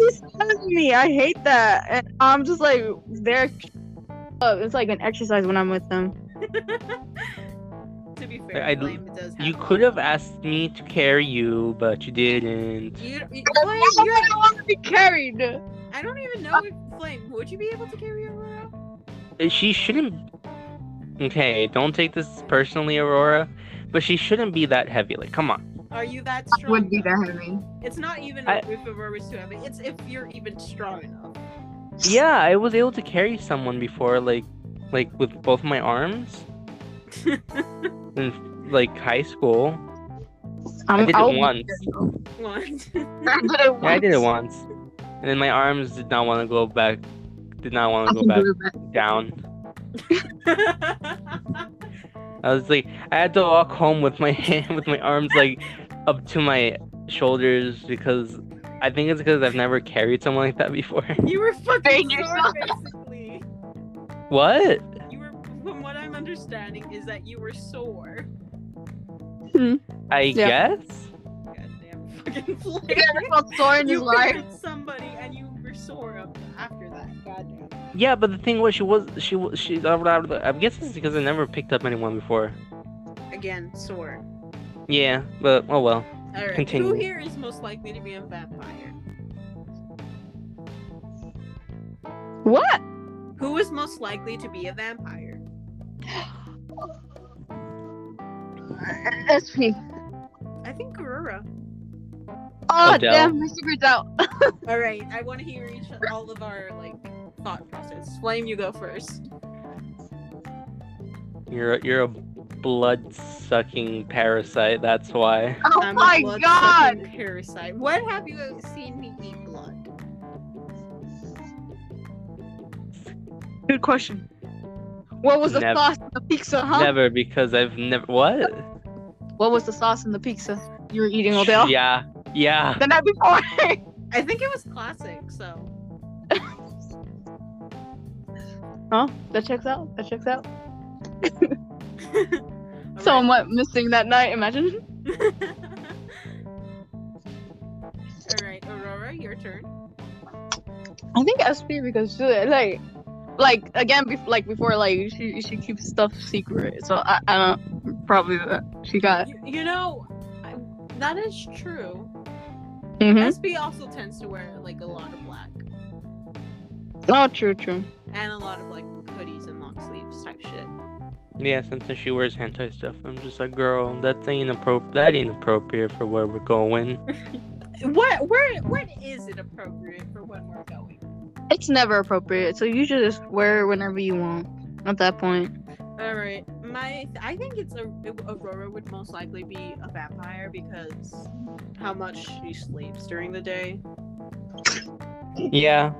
Speaker 3: She's me. I hate that. And I'm just like they're. Oh, it's like an exercise when I'm with them.
Speaker 2: To be fair,
Speaker 1: I-
Speaker 2: Flame, it does happen.
Speaker 1: You could have asked me to carry you, but you didn't.
Speaker 2: You, you,
Speaker 3: I
Speaker 2: Flame, you're,
Speaker 3: don't want to be carried.
Speaker 2: I don't even know if Flame. Would you be able to carry Aurora?
Speaker 1: Uh, She shouldn't. Okay, don't take this personally, Aurora, but she shouldn't be that heavy. Like, come on.
Speaker 2: Are you that strong? though?
Speaker 3: heavy.
Speaker 2: It's not even
Speaker 1: I-
Speaker 2: if Aurora's too heavy. It's if you're even strong
Speaker 3: <laughs>
Speaker 2: enough.
Speaker 1: Yeah, I was able to carry someone before, like, like with both my arms in like high school.
Speaker 3: I'm,
Speaker 1: I did
Speaker 3: Um, I'll
Speaker 1: it
Speaker 3: be
Speaker 1: once.
Speaker 2: What?
Speaker 3: I did it
Speaker 1: Yeah, I did it
Speaker 3: once.
Speaker 1: once, and then my arms did not want to go back. Did not want
Speaker 3: I
Speaker 1: to go
Speaker 3: can <laughs>
Speaker 1: back
Speaker 3: do it back.
Speaker 1: down. I was like, I had to walk home with my <laughs> hand, with my arms like up to my shoulders because I think it's because I've never carried someone like that before.
Speaker 2: <laughs> you were fucking
Speaker 3: Bang
Speaker 2: sore,
Speaker 3: yourself.
Speaker 2: basically.
Speaker 1: what?
Speaker 2: You were, from what I'm understanding, is that you were sore.
Speaker 1: I
Speaker 3: Yeah.
Speaker 1: guess.
Speaker 2: Goddamn fucking <laughs>
Speaker 3: He
Speaker 2: Flame.
Speaker 3: never felt sore in his
Speaker 2: You
Speaker 3: life.
Speaker 2: hit somebody and you were sore up after that. Goddamn.
Speaker 1: Yeah, but the thing was, she was, she was, she. I guess it's because I never picked up anyone before.
Speaker 2: Again, sore.
Speaker 1: Yeah, but oh well.
Speaker 2: All right.
Speaker 1: Continue.
Speaker 2: Who here is most likely to be a vampire?
Speaker 3: What?
Speaker 2: Who is most likely to be a vampire?
Speaker 3: SP.
Speaker 2: I think Aurora.
Speaker 3: Oh
Speaker 1: Adele.
Speaker 3: damn, my secret's out.
Speaker 2: All right. I want to hear each all of our like thought process. Flame, you go first.
Speaker 1: You're a- you're a blood sucking parasite. That's why.
Speaker 3: Oh
Speaker 2: I'm a
Speaker 3: my
Speaker 2: blood-sucking
Speaker 3: god.
Speaker 2: Parasite. What have you seen me eat blood?
Speaker 3: Good question. What was the
Speaker 1: Nev-
Speaker 3: sauce in the pizza, huh?
Speaker 1: Never because I've never what?
Speaker 3: What was the sauce in the pizza you were eating, Odell?
Speaker 1: Yeah, yeah.
Speaker 3: The night before.
Speaker 2: I think it was classic. So. <laughs>
Speaker 3: Huh? That checks out. That checks out.
Speaker 2: All
Speaker 3: So
Speaker 2: <laughs> right.
Speaker 3: Someone went missing that night. Imagine.
Speaker 2: All right, Aurora, your turn.
Speaker 3: I think SP because she, like, like again, bef- like before, like she she keeps stuff secret. So I, I don't probably that she got.
Speaker 2: You, you know, I, that is true.
Speaker 3: hmm
Speaker 2: SB also tends to wear like a lot of black.
Speaker 3: Oh, true, true.
Speaker 2: and a lot of like hoodies and long sleeves type shit.
Speaker 1: Yeah, since she wears hentai stuff, I'm just like, girl, that's inappropriate. That ain't appropriate for where we're
Speaker 3: <laughs>
Speaker 1: going.
Speaker 2: What? Where? When is it appropriate for when we're going?
Speaker 3: It's never appropriate, so you should just wear it whenever you want. At that point,
Speaker 2: All right,
Speaker 3: Um,
Speaker 2: my I think it's a Aurora would most likely be a vampire because how much she sleeps during the day.
Speaker 1: Yeah,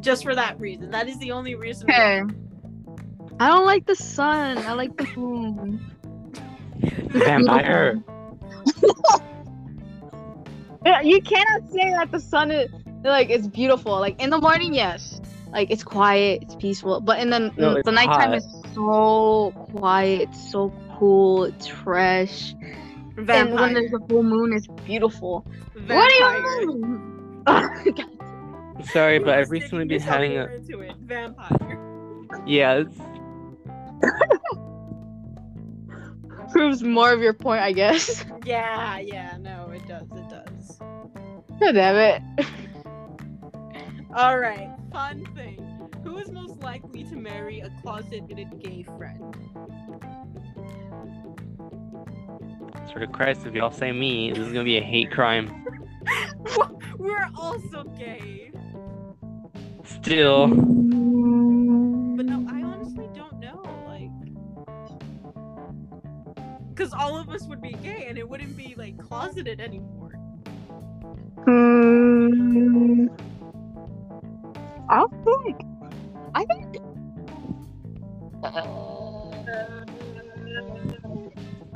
Speaker 2: Just for that reason, that is the only reason.
Speaker 3: okay. I don't like the sun. I like the moon. <laughs>
Speaker 1: vampire.
Speaker 3: Yeah, you cannot say that the sun is like it's beautiful. Like in the morning, yes, like it's quiet, it's peaceful. But in the
Speaker 1: No,
Speaker 3: the
Speaker 1: it's
Speaker 3: nighttime
Speaker 1: hot.
Speaker 3: is so quiet, it's so cool, it's fresh. And when
Speaker 2: Vampire.
Speaker 3: there's a full moon, it's beautiful.
Speaker 2: vampire.
Speaker 3: What do you mean? <laughs>
Speaker 1: Sorry, but I've
Speaker 2: Sticking
Speaker 1: recently been
Speaker 2: yourself
Speaker 1: having a
Speaker 2: over into it. vampire.
Speaker 1: yeah. It's,
Speaker 3: Proves more of your point, I guess. <laughs>
Speaker 2: Yeah, yeah, no, it does, it does.
Speaker 3: God damn it.
Speaker 2: All right, fun thing. Who is most likely to marry a closeted gay friend?
Speaker 1: sort of Christ, if y'all say me, this is gonna be a hate crime.
Speaker 2: We're also gay.
Speaker 3: <laughs>
Speaker 1: Still,
Speaker 2: But no, I honestly don't know. Like, because all of us would be gay and it wouldn't be like closeted anymore.
Speaker 3: <laughs> Hmm. I don't think. I think. uh,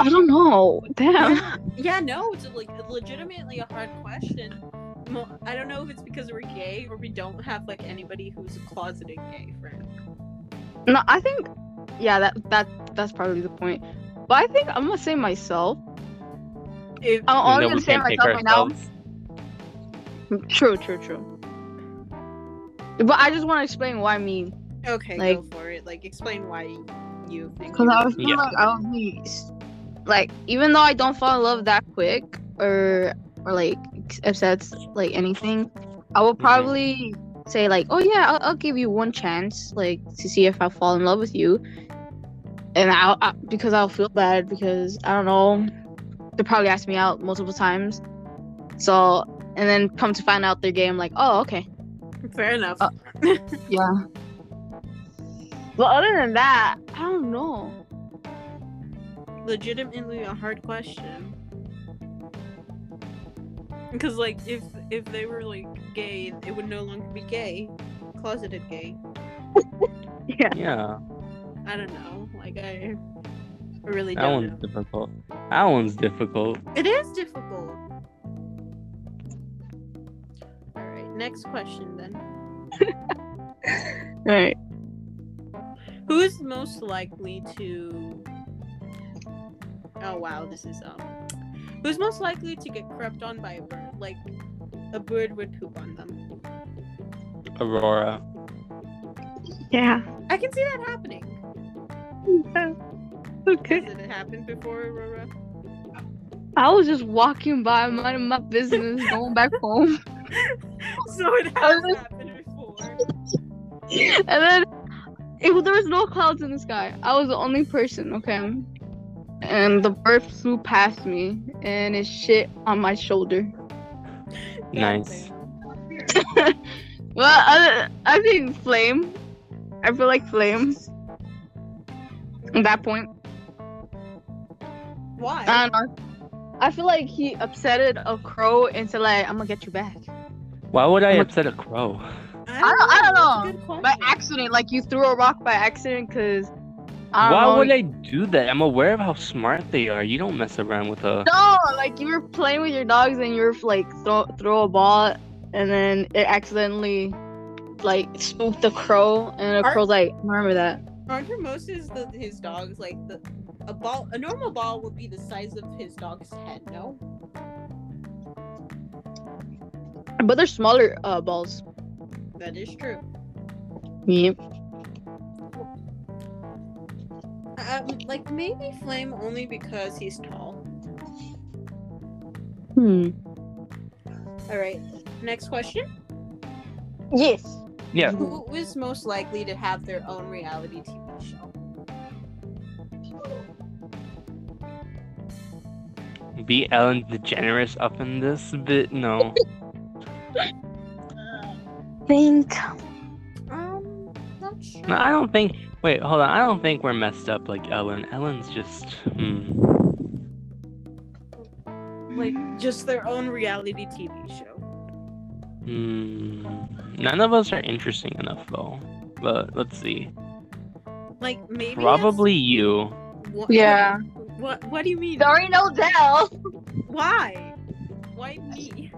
Speaker 3: I don't know. Damn.
Speaker 2: Yeah, yeah, no, it's like legitimately a hard question. Mo- I don't know if it's because we're gay or we don't have like anybody who's a closeted gay friend.
Speaker 3: No, I think. Yeah, that that that's probably the point. But I think I'm gonna say myself.
Speaker 2: If,
Speaker 3: I'm
Speaker 1: No,
Speaker 3: only
Speaker 1: we
Speaker 3: gonna say
Speaker 1: can't pick
Speaker 3: myself right now.
Speaker 1: ourselves.
Speaker 3: True, true, true. But I just want to explain why me.
Speaker 2: okay,
Speaker 3: Like-
Speaker 2: go for it. Like, explain why you think.
Speaker 3: Cause
Speaker 2: you-
Speaker 3: I was feeling
Speaker 1: Yeah.
Speaker 3: like I was really s- like even though I don't fall in love that quick or or like ex- upsets like anything, I will
Speaker 1: Mhm.
Speaker 3: probably say like, oh yeah, I'll, I'll give you one chance like to see if I fall in love with you, and I'll I, because I'll feel bad because I don't know they probably asked me out multiple times, so and then come to find out they're gay, I'm like, oh okay.
Speaker 2: <laughs> Fair enough.
Speaker 3: Uh, Yeah. But other than that, I don't know.
Speaker 2: legitimately a hard question because like if if they were like gay it would no longer be gay closeted gay
Speaker 1: Yeah,
Speaker 2: i don't know like i I really
Speaker 1: that
Speaker 2: don't
Speaker 1: one's
Speaker 2: know.
Speaker 1: difficult. That one's difficult.
Speaker 2: it is difficult all right next question then
Speaker 3: Right.
Speaker 2: who is most likely to oh wow this is um who's most likely to get crept on by a bird like a bird would poop on them
Speaker 1: Aurora.
Speaker 3: Yeah.
Speaker 2: I can see that happening.
Speaker 3: <laughs> Okay.
Speaker 2: Has it happened before, Aurora?
Speaker 3: I was just walking by, minding my <laughs> business, going back home,
Speaker 2: <laughs> So it has
Speaker 3: was-
Speaker 2: happened before.
Speaker 3: and then it, there was no clouds in the sky. I was the only person. Okay. And the bird flew past me, and it shit on my shoulder.
Speaker 1: Nice.
Speaker 3: Well, other, I think flame. I feel like flame. At that point,
Speaker 2: <laughs> Why?
Speaker 3: I don't know. I feel like he upsetted a crow and said, like, I'm gonna get you back.
Speaker 1: Why would I
Speaker 3: I'm a-
Speaker 1: upset a crow?
Speaker 3: don't- I don't know.
Speaker 2: That's a good
Speaker 3: by
Speaker 2: question.
Speaker 3: accident, like you threw a rock by accident, because I
Speaker 1: Why
Speaker 3: don't know,
Speaker 1: would I do that? I'm aware of how smart they are. You don't mess around with a.
Speaker 3: No, like you were playing with your dogs and you were like throw throw a ball, and then it accidentally like spooked the crow, and the
Speaker 2: Are-
Speaker 3: crow's like, "I remember that?
Speaker 2: Aren't for most his, the, his dogs like the a ball? A normal ball would be the size of his dog's head. No.
Speaker 3: But they're smaller uh, balls.
Speaker 2: That is true.
Speaker 3: Yep.
Speaker 2: Um, like maybe Flame only because he's tall.
Speaker 3: Hmm.
Speaker 2: All right. Next question.
Speaker 3: Yes.
Speaker 1: Yeah.
Speaker 2: Who is most likely to have their own reality TV show?
Speaker 1: Be Ellen DeGeneres up in this bit?
Speaker 3: <laughs>
Speaker 1: No.
Speaker 3: Think.
Speaker 2: Um, not sure.
Speaker 1: No, I don't think. Wait, hold on. I don't think we're messed up like Ellen. Ellen's just. Hmm.
Speaker 2: Like just their own reality TV show.
Speaker 1: Hmm. None of us are interesting enough, though. But let's see.
Speaker 2: Like maybe it's
Speaker 1: Probably you.
Speaker 2: wha-
Speaker 4: Yeah.
Speaker 2: What What do you mean?
Speaker 3: Sorry, no Dell.
Speaker 2: Why? Why me?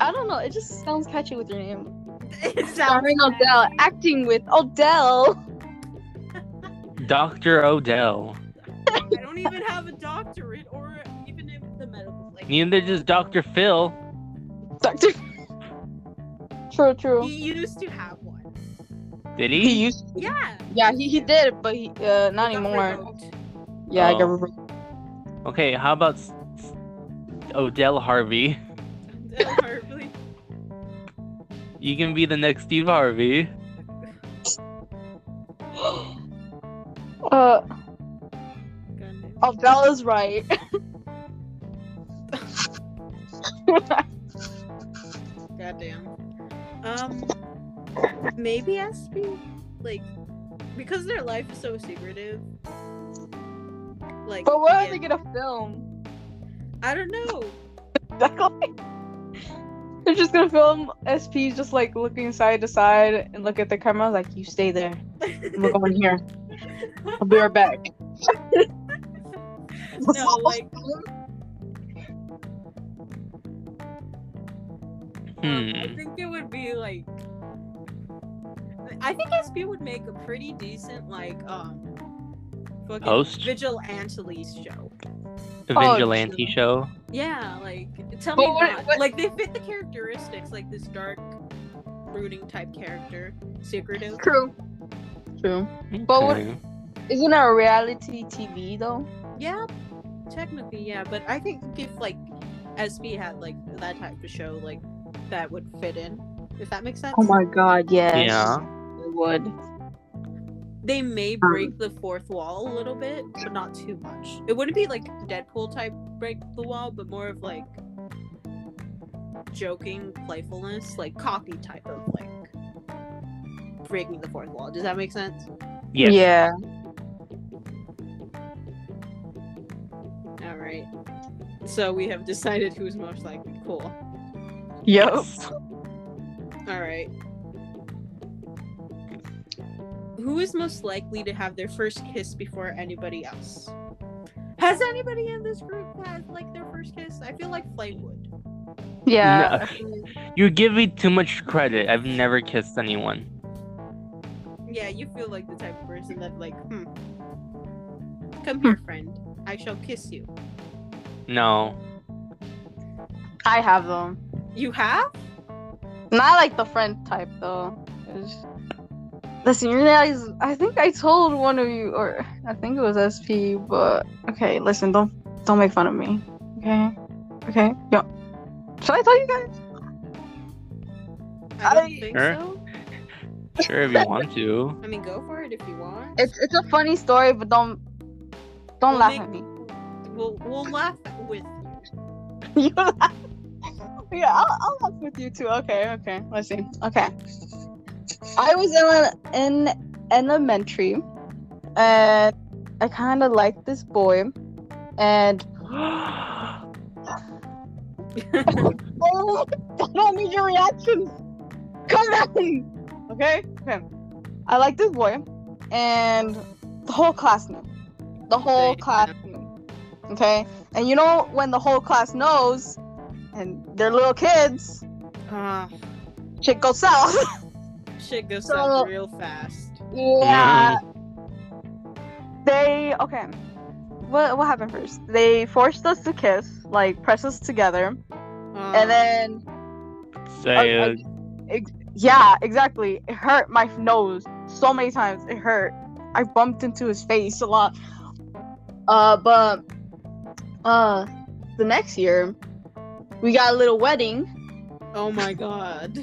Speaker 3: I don't know. It just sounds catchy with your name.
Speaker 2: <laughs> It sounds
Speaker 3: Sorry,
Speaker 2: bad.
Speaker 3: Odell. Acting with Odell.
Speaker 1: Dr. Odell.
Speaker 2: I don't even have a doctorate or even in the medical. Like,
Speaker 1: Neither does Dr. Phil.
Speaker 3: Doctor. True, true.
Speaker 2: he used to have one.
Speaker 1: Did
Speaker 4: He
Speaker 3: <laughs>
Speaker 1: he?
Speaker 4: used.
Speaker 2: Yeah.
Speaker 4: Yeah,
Speaker 3: He, he did, but he, uh, not anymore.
Speaker 2: <laughs>
Speaker 3: Yeah, I got
Speaker 1: Oh.
Speaker 3: revoked.
Speaker 1: Okay, how about s- s- Odell Harvey?
Speaker 2: Hardly.
Speaker 1: You can be the next Steve Harvey.
Speaker 3: Uh, Odell is Oh, right. <laughs>
Speaker 2: Goddamn. Um, maybe SB, like, because their life is so secretive. Like,
Speaker 3: But what are they
Speaker 2: again,
Speaker 3: gonna <laughs> film?
Speaker 2: I don't know.
Speaker 3: They're just gonna film SPs just like looking side to side and look at the camera like, you stay there. We're going here. I'll be right <laughs> back.
Speaker 4: <laughs>
Speaker 2: No, like, um, I
Speaker 1: Hmm.
Speaker 2: think it would be like. I think SB would make a pretty decent like um. Fucking
Speaker 1: Host?
Speaker 2: vigilante show.
Speaker 1: The
Speaker 3: Oh,
Speaker 1: vigilante show.
Speaker 2: Yeah, like tell
Speaker 4: But
Speaker 2: me
Speaker 4: what-
Speaker 2: not.
Speaker 4: what-
Speaker 2: like they fit the characteristics, like this dark, brooding type character, secretive.
Speaker 3: True. True. But what-
Speaker 1: Okay.
Speaker 3: Isn't it a reality TV though?
Speaker 2: Yeah, technically, yeah. But I think if like SB had like that type of show, like that would fit in. If that makes sense.
Speaker 4: Oh
Speaker 3: Oh god, yes.
Speaker 1: Yeah.
Speaker 3: It would.
Speaker 2: They may break the fourth wall a little bit, but not too much. It wouldn't be like Deadpool type break the wall, but more of like joking playfulness, like cocky type of like breaking the fourth wall. Does that make sense?
Speaker 1: Yes.
Speaker 3: Yeah.
Speaker 2: All right. So we have decided who's most likely. Cool.
Speaker 1: <laughs>
Speaker 3: Yep.
Speaker 2: All right. Who is most likely to have their first kiss before anybody else? Has anybody in this group had like their first kiss? I feel like Flame would.
Speaker 1: No.
Speaker 3: Yeah.
Speaker 1: You give me too much credit. I've never kissed anyone.
Speaker 2: Yeah, you feel like the type of person that like, hmm. Come here, friend. I shall kiss you.
Speaker 1: No.
Speaker 3: I have them.
Speaker 2: You have?
Speaker 3: Not like the friend type though. It's- Listen, you guys. I think I told one of you, or I think it was SP. But okay, listen, don't don't make fun of me. Okay, okay. Yo, should I tell you guys?
Speaker 2: I don't
Speaker 3: I-
Speaker 2: think
Speaker 1: Sure.
Speaker 2: so.
Speaker 1: Sure,
Speaker 3: <laughs>
Speaker 1: if you want to.
Speaker 2: I mean, go for it if you want.
Speaker 3: It's it's a funny story, but don't
Speaker 2: Well,
Speaker 3: don't laugh
Speaker 2: make-
Speaker 3: at me.
Speaker 2: We'll we'll laugh with you.
Speaker 3: <laughs> you laugh. Yeah, I'll, I'll laugh with you too. Okay, okay. Let's see. Okay. I was in in elementary, and I kind of liked this boy, and <laughs> oh, I don't need your reactions. Come down. Okay. Okay. I liked this boy, and the whole class knew. The whole
Speaker 2: Damn.
Speaker 3: class knew. Okay. And you know when the whole class knows, and they're little kids,
Speaker 2: Ah,
Speaker 3: shit goes south.
Speaker 2: shit goes
Speaker 3: So-
Speaker 2: south real fast.
Speaker 3: Yeah. <laughs> They okay. What what happened first? They forced us to kiss, like press us together,
Speaker 2: Ah.
Speaker 3: and then
Speaker 1: Say,
Speaker 3: I-
Speaker 1: uh,
Speaker 3: yeah, exactly. It hurt my nose so many times. It hurt. I bumped into his face a lot. Uh, but uh, the next year <laughs> we got a little wedding,
Speaker 2: Oh my god.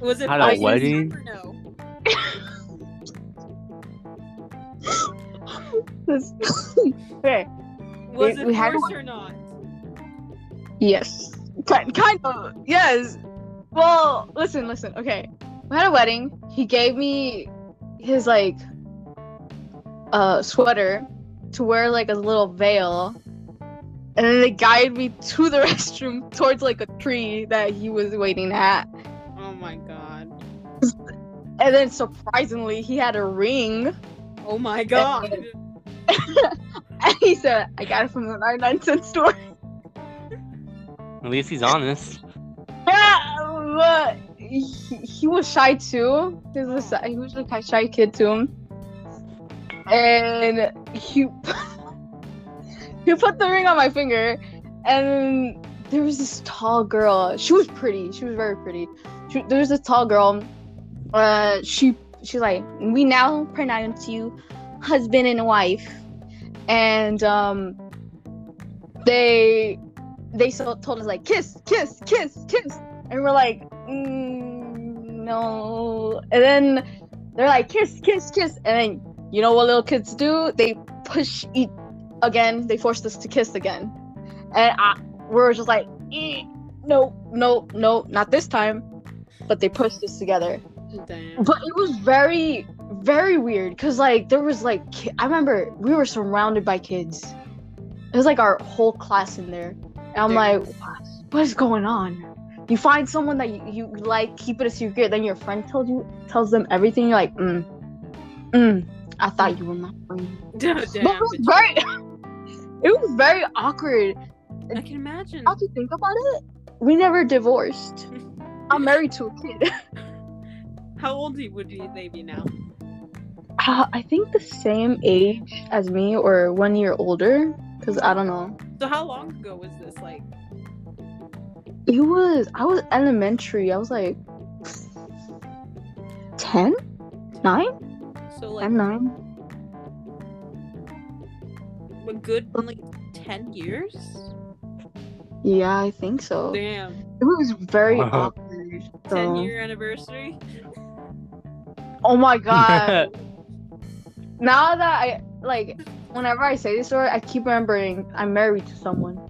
Speaker 2: Was it
Speaker 1: At a
Speaker 2: five years
Speaker 1: wedding?
Speaker 2: old or No.
Speaker 5: This-
Speaker 3: <laughs> Okay.
Speaker 2: Was
Speaker 5: We-
Speaker 2: it
Speaker 5: we had
Speaker 2: forced or not?
Speaker 3: Yes. Kind, kind of. Yes. Well, listen, listen. Okay. We had a wedding. He gave me his like uh sweater to wear like a little veil. And then they guided me to the <laughs> restroom towards like a tree that he was waiting at.
Speaker 2: Oh my god.
Speaker 3: And then surprisingly, he had a ring. <laughs>
Speaker 2: Oh my god.
Speaker 3: And he said, I got it from the 99 cent store.
Speaker 1: At least he's honest.
Speaker 3: but he, he was shy too. He was, a, shy- he was like a shy kid too. And he <laughs> he put the ring on my finger, and there was this tall girl. She was pretty. She was very pretty. She, there was this tall girl. Uh, she she's like, we now pronounce you husband and wife, and um, they they so told us like kiss, kiss, kiss, kiss, and we're like, mm, no. And then they're like kiss, kiss, kiss, and then you know what little kids do? They push each again. They forced us to kiss again, and I, we were just like, "Eh, no, no, no, not this time. But they pushed us together.
Speaker 2: Damn.
Speaker 3: But it was very, very weird because like there was like ki- I remember we were surrounded by kids. It was like our whole class in there. And I'm
Speaker 2: Damn.
Speaker 3: like, "What- what is going on? You find someone that you, you like, keep it a secret. Then your friend tells you, tells them everything. You're like, mm, mm. I thought you were my friend.
Speaker 2: <laughs> Damn,
Speaker 3: but it was
Speaker 2: bitch.
Speaker 3: very, <laughs> it was very awkward.
Speaker 2: I can imagine.
Speaker 3: Now that you think about it, we never divorced. I'm married to a kid.
Speaker 2: How old he- would he- they be now?
Speaker 3: Uh, I think the same age as me or one year older. Cause I don't know.
Speaker 2: So how long ago was this? Like,
Speaker 3: It was I was elementary. I was like ten? Nine?
Speaker 2: so like
Speaker 3: I'm nine.
Speaker 2: a good like ten years?
Speaker 3: Yeah, I think so. It
Speaker 2: Damn,
Speaker 3: was very
Speaker 1: Wow.
Speaker 3: awkward.
Speaker 2: ten
Speaker 3: So.
Speaker 2: year anniversary.
Speaker 3: Oh my god.
Speaker 1: <laughs>
Speaker 3: now that I like whenever I say this story, I keep remembering I'm married to someone.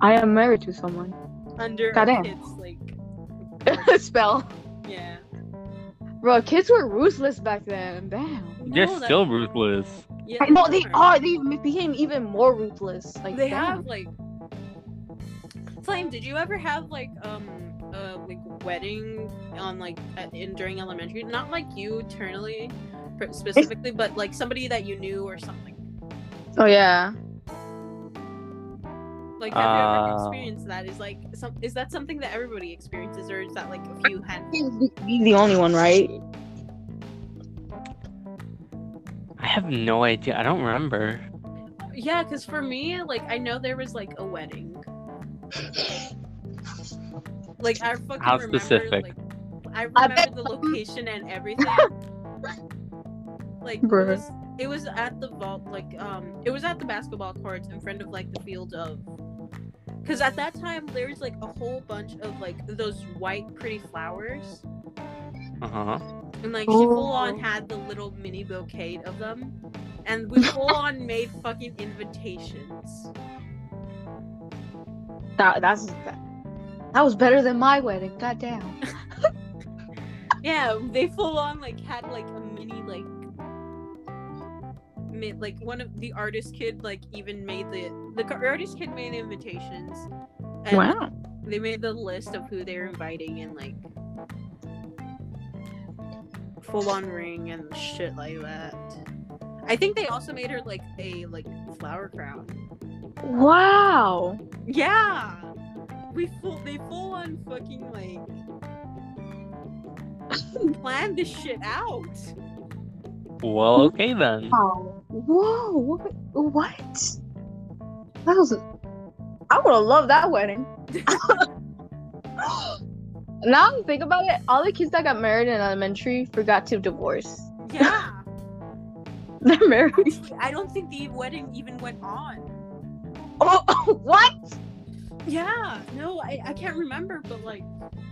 Speaker 3: I am married to someone. <laughs>
Speaker 2: Under
Speaker 3: Goddamn.
Speaker 2: kids, like,
Speaker 3: <laughs> Spell.
Speaker 2: yeah.
Speaker 3: Bro, kids were ruthless back then. Damn.
Speaker 1: They're
Speaker 2: No, that-
Speaker 1: still ruthless.
Speaker 2: Yeah,
Speaker 3: I know they
Speaker 2: are.
Speaker 3: are. They m- became even more ruthless. Like
Speaker 2: they
Speaker 3: damn.
Speaker 2: have like flame did you ever have like um uh like wedding on like at, in during elementary not like you eternally per- specifically but like somebody that you knew or something
Speaker 3: Oh yeah.
Speaker 2: like have you ever
Speaker 1: Uh.
Speaker 2: experienced that is like some is that something that everybody experiences or is that like a few hand
Speaker 3: He's the, he's the only one, right?
Speaker 1: I have no idea. I don't remember.
Speaker 2: yeah because for me like i know there was like a wedding like i fucking
Speaker 1: How
Speaker 2: remember
Speaker 1: specific?
Speaker 2: like i
Speaker 3: I
Speaker 2: remember
Speaker 3: bet-
Speaker 2: the location and everything like it
Speaker 3: Bruh.
Speaker 2: was, it was at the vault like um it was at the basketball courts in front of like the field of because at that time there was like a whole bunch of like those white pretty flowers
Speaker 1: Uh huh.
Speaker 2: and like she full on
Speaker 3: Oh.
Speaker 2: had the little mini bouquet of them, and we full on made fucking invitations.
Speaker 3: That that's that, that was better than my wedding. Goddamn.
Speaker 2: Yeah, they full on like had like a mini like, made, like one of the artist kid like even made the the co- artist kid made invitations. And They made the list of who they were inviting and like full on ring and shit like that. I think they also made her like a like flower crown.
Speaker 3: Wow.
Speaker 2: Yeah, we full they full on fucking like <laughs> planned this shit out.
Speaker 1: Well, okay then.
Speaker 3: Wow. Whoa. What? what? That was. I would have loved that wedding. <laughs> now that I think about it, all the kids that got married in elementary forgot to divorce. <laughs>
Speaker 2: <laughs> Yeah,
Speaker 3: They're married. <laughs>
Speaker 2: Actually, I don't think the wedding even went on.
Speaker 3: Oh, what?
Speaker 2: Yeah, no, I I can't remember, but like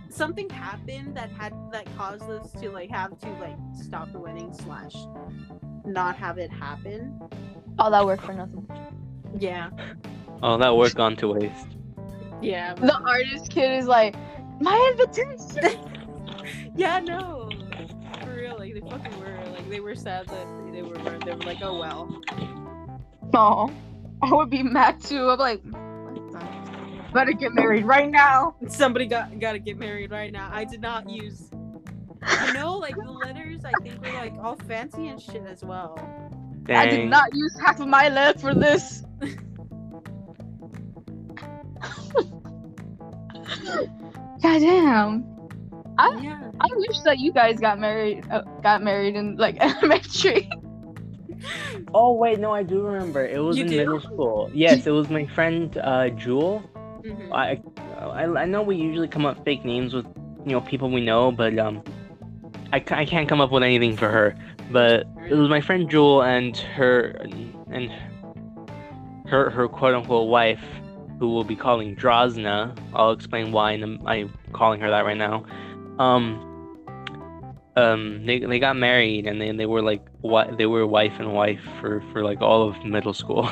Speaker 2: something happened that had that caused us to like have to like stop the wedding slash not have it happen.
Speaker 3: All that work for nothing.
Speaker 2: Yeah.
Speaker 1: All Oh, that work gone to waste.
Speaker 2: Yeah.
Speaker 3: The artist kid is like, my invitation.
Speaker 2: Yeah, no. For real, like they fucking were. Like they were sad that they were burnt. They were like, oh well.
Speaker 3: No, I would be mad too. I'm like, better get married right now.
Speaker 2: Somebody got gotta get married right now. I did not use. I know, like the letters. I think were like all fancy and shit as well.
Speaker 1: Dang.
Speaker 3: I did not use half of my lead for this. Goddamn. I-
Speaker 2: Yeah.
Speaker 3: I wish that you guys got married, uh, got married in like <laughs> elementary.
Speaker 1: Oh wait, no, I do remember. It was
Speaker 2: You
Speaker 1: in
Speaker 2: do?
Speaker 1: middle school. Yes, it was my friend uh, Jewel.
Speaker 2: Mhm.
Speaker 1: I, I I know we usually come up fake names with you know people we know, but um, I, ca- I can't come up with anything for her. But it was my friend Jewel and her and her her quote unquote wife, who we'll be calling Drozna. I'll explain why in a- I'm calling her that right now. Um. Um, they, they got married and then they were like wi- they were wife and wife for, for like all of middle school.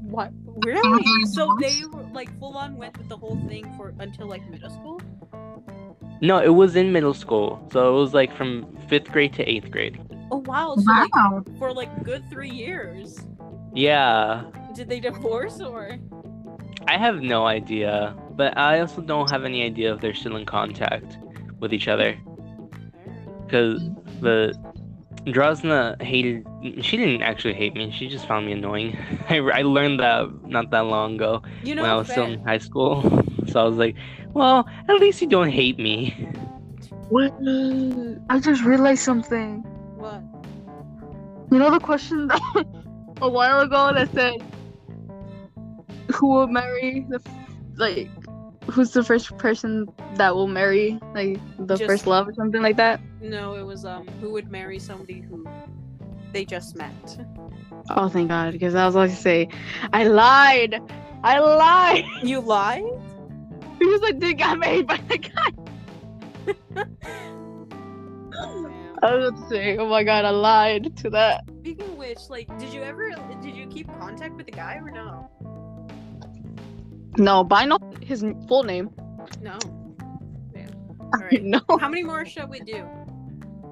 Speaker 2: What? Really? So they were like full on went with the whole thing for until like middle school.
Speaker 1: No, it was in middle school. So it was like from fifth grade to eighth grade.
Speaker 2: Oh wow! So like, for like good three years,
Speaker 1: Yeah.
Speaker 2: did they divorce or?
Speaker 1: I have no idea. But I also don't have any idea if they're still in contact with each other. Because the. Drosna hated. She didn't actually hate me. She just found me annoying. <laughs> I, I learned that not that long ago
Speaker 2: You know,
Speaker 1: when I was still
Speaker 2: fair.
Speaker 1: in high school. <laughs> So I was like, well, at least you don't hate me. <laughs>
Speaker 3: Wait, I just realized something.
Speaker 2: what?
Speaker 3: You know the question that <laughs> a while ago that said, "Who will marry the f- like, who's the first person that will marry like the
Speaker 2: Just-
Speaker 3: first love or something like that?"
Speaker 2: No, it was um who would marry somebody who they just met.
Speaker 3: Oh, thank God, because I was about to say, I lied, I lied <laughs>
Speaker 2: You lie?
Speaker 3: because I did got married by the guy. <laughs> I was about to say, oh my God, I lied to that.
Speaker 2: Speaking of which, like, did you ever did you keep contact with the guy or no?
Speaker 3: No, but I know his n- full name.
Speaker 2: No. All right.
Speaker 3: <laughs> no.
Speaker 2: How many more shall we do?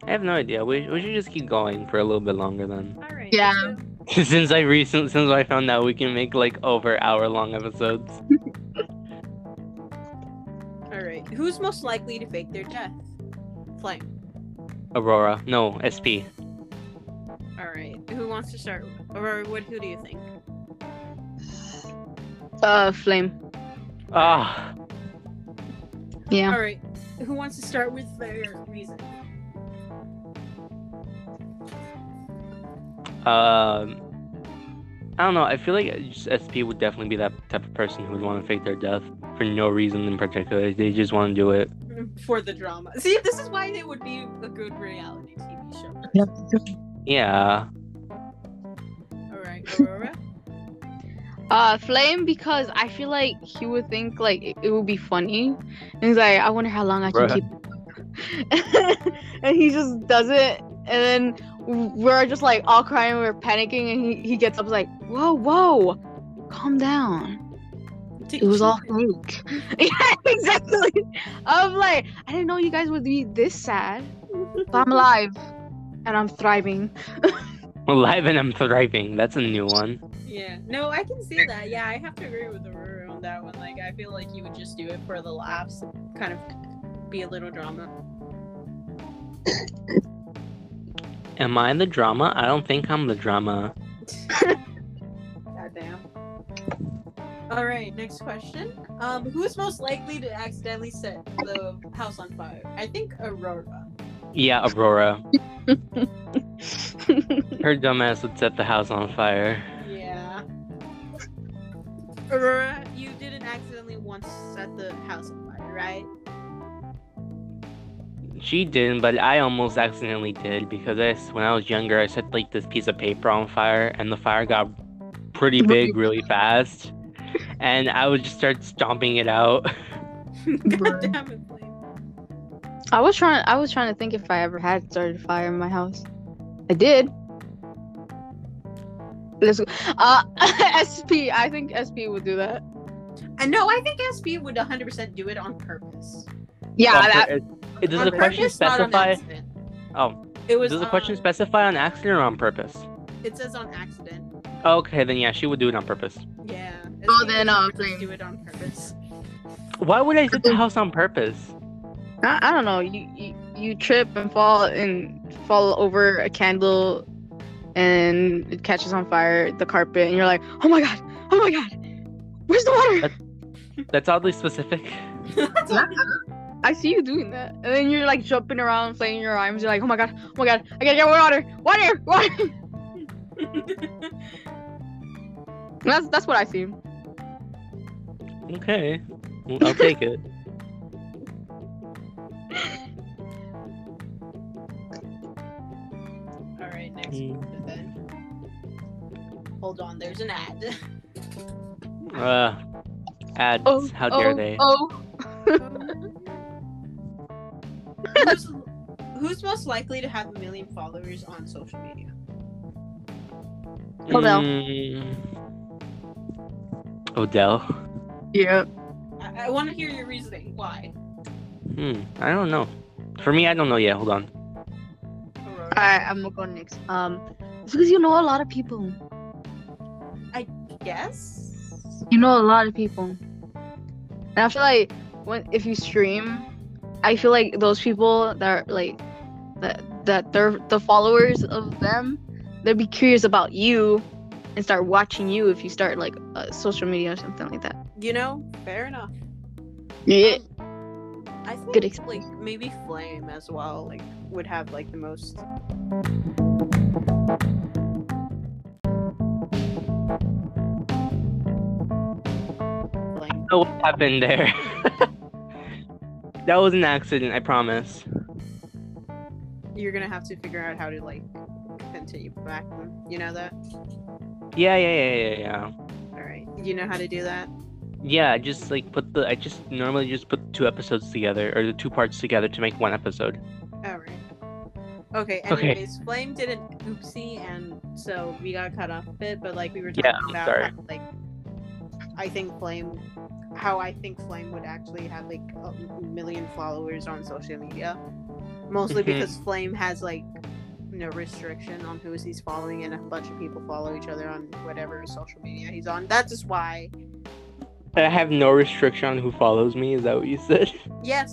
Speaker 1: I have no idea. We, we should just keep going for a little bit longer then.
Speaker 2: All right.
Speaker 3: Yeah.
Speaker 1: <laughs>
Speaker 2: so-
Speaker 1: since I recent since I found out we can make like over hour long episodes.
Speaker 2: All right. Who's most likely to fake their death? Flame.
Speaker 1: Aurora, no SP.
Speaker 2: All right. Who wants to start? Or what? Who do you think?
Speaker 3: Uh, flame.
Speaker 1: Ah,
Speaker 3: Yeah.
Speaker 2: All right. Who wants to start with their reason?
Speaker 1: um, I don't know. I feel like just SP would definitely be that type of person who would want to fake their death for no reason in particular. They just want to do it.
Speaker 2: for the drama. See, this is why they would be a good reality TV show.
Speaker 1: Yeah,
Speaker 2: All right, Aurora.
Speaker 3: Uh, flame because I feel like he would think like it, it would be funny. And he's like, I wonder how long I can
Speaker 1: Bruh.
Speaker 3: keep. it up." <laughs> and he just does it, and then we're just like all crying, we're panicking, and he, he gets up like, whoa, whoa, calm down. It was all fake. <laughs> yeah, exactly. I'm like, I didn't know you guys would be this sad, but I'm alive, and I'm thriving.
Speaker 1: alive and I'm thriving. That's a new one.
Speaker 2: Yeah. No, I can see that. Yeah, I have to agree with Aurora on that one. Like, I feel like you would just do it for the laughs, and kind of be a little drama.
Speaker 1: Am I the drama? I don't think I'm the drama.
Speaker 2: Goddamn. All right, next question. Um, who's most likely to accidentally set the house on fire? I think Aurora.
Speaker 1: Yeah, Aurora. Her dumbass would set the house on fire.
Speaker 2: Yeah. Aurora, you didn't accidentally once set the house on fire,
Speaker 3: <laughs>
Speaker 2: right?
Speaker 1: She didn't, but I almost accidentally did because I, s- when I was younger, I set like this piece of paper on fire, and the fire got
Speaker 2: <laughs>
Speaker 1: pretty big really fast,
Speaker 2: <laughs>
Speaker 1: and I would just start stomping it out.
Speaker 2: God damn it, Blaine.
Speaker 3: I was trying. I was trying to think if I ever had started a fire in my house. I did. Let's. Uh, <laughs> SP. I think SP would do that.
Speaker 2: And Uh, no, I think SB would 100% do it on purpose.
Speaker 3: Yeah.
Speaker 1: On
Speaker 3: that,
Speaker 1: pur- is- it- does
Speaker 2: on
Speaker 1: the question
Speaker 2: purpose, not on
Speaker 1: specify?
Speaker 2: accident.
Speaker 1: Oh,
Speaker 2: It was. um,
Speaker 1: does the
Speaker 2: on-
Speaker 1: question specify on accident or on purpose?
Speaker 2: It says on accident.
Speaker 1: Okay, then yeah, she would do it on purpose.
Speaker 2: Yeah. SB
Speaker 3: Oh, then,
Speaker 2: would
Speaker 3: uh,
Speaker 2: 100%
Speaker 3: same.
Speaker 2: do it on purpose.
Speaker 1: Why would I flip the house on purpose?
Speaker 3: I, I don't know. You, you you trip and fall and fall over a candle, and it catches on fire the carpet, and you're like, oh my god, oh my god, where's the water?
Speaker 1: That's oddly specific. <laughs>
Speaker 2: That's
Speaker 3: Yeah.
Speaker 2: all-
Speaker 3: I see you doing that. And then you're like jumping around, flailing your arms. You're like, oh my god, oh my god, I gotta get water, water, <laughs> water.
Speaker 1: <laughs>
Speaker 3: that's that's what I see.
Speaker 1: Okay, well, I'll take
Speaker 2: <laughs>
Speaker 1: it.
Speaker 2: All right, next
Speaker 1: Mm.
Speaker 2: one then. Hold on, there's an ad.
Speaker 1: Uh, ads.
Speaker 3: Oh,
Speaker 1: how
Speaker 3: oh,
Speaker 1: dare they?
Speaker 3: Oh,
Speaker 2: who's, who's most likely to have a million followers on social media?
Speaker 3: Odell.
Speaker 1: Mm. Odell.
Speaker 3: yeah.
Speaker 2: I, I want to hear your reasoning. Why?
Speaker 1: Hmm. I don't know. For me, I don't know yet. Hold on.
Speaker 2: Aurora?
Speaker 3: Alright, I'm gonna go next. Um, it's because you know a lot of people.
Speaker 2: yes.
Speaker 3: You know a lot of people. And I feel like when if you stream, I feel like those people that are like that that they're the followers of them, they'd be curious about you and start watching you if you start like uh, social media or something like that.
Speaker 2: You know, fair enough.
Speaker 3: Yeah.
Speaker 2: I think
Speaker 3: Good
Speaker 2: like maybe Flame as well, like would have like the most. Flame.
Speaker 1: know what happened there. <laughs> that was an accident, I promise.
Speaker 2: You're gonna have to figure out how to like continue back. them. You know that.
Speaker 1: Yeah, yeah, yeah, yeah, yeah.
Speaker 2: All right. You know how to do that.
Speaker 1: Yeah, I just like put the I just normally just put two episodes together or the two parts together to make one episode.
Speaker 2: All right. Okay.
Speaker 1: Okay.
Speaker 2: Anyways, Flame did an oopsie, and so we got cut off a bit. But like we were talking
Speaker 1: Yeah, I'm
Speaker 2: about,
Speaker 1: sorry.
Speaker 2: How, like I think Flame, how I think Flame would actually have like a million followers on social media, mostly
Speaker 1: Mhm.
Speaker 2: because Flame has like no restriction on who he's following, and a bunch of people follow each other on whatever social media he's on. That's just why.
Speaker 1: I have no restriction on who follows me, is that what you <laughs> said?
Speaker 2: Yes,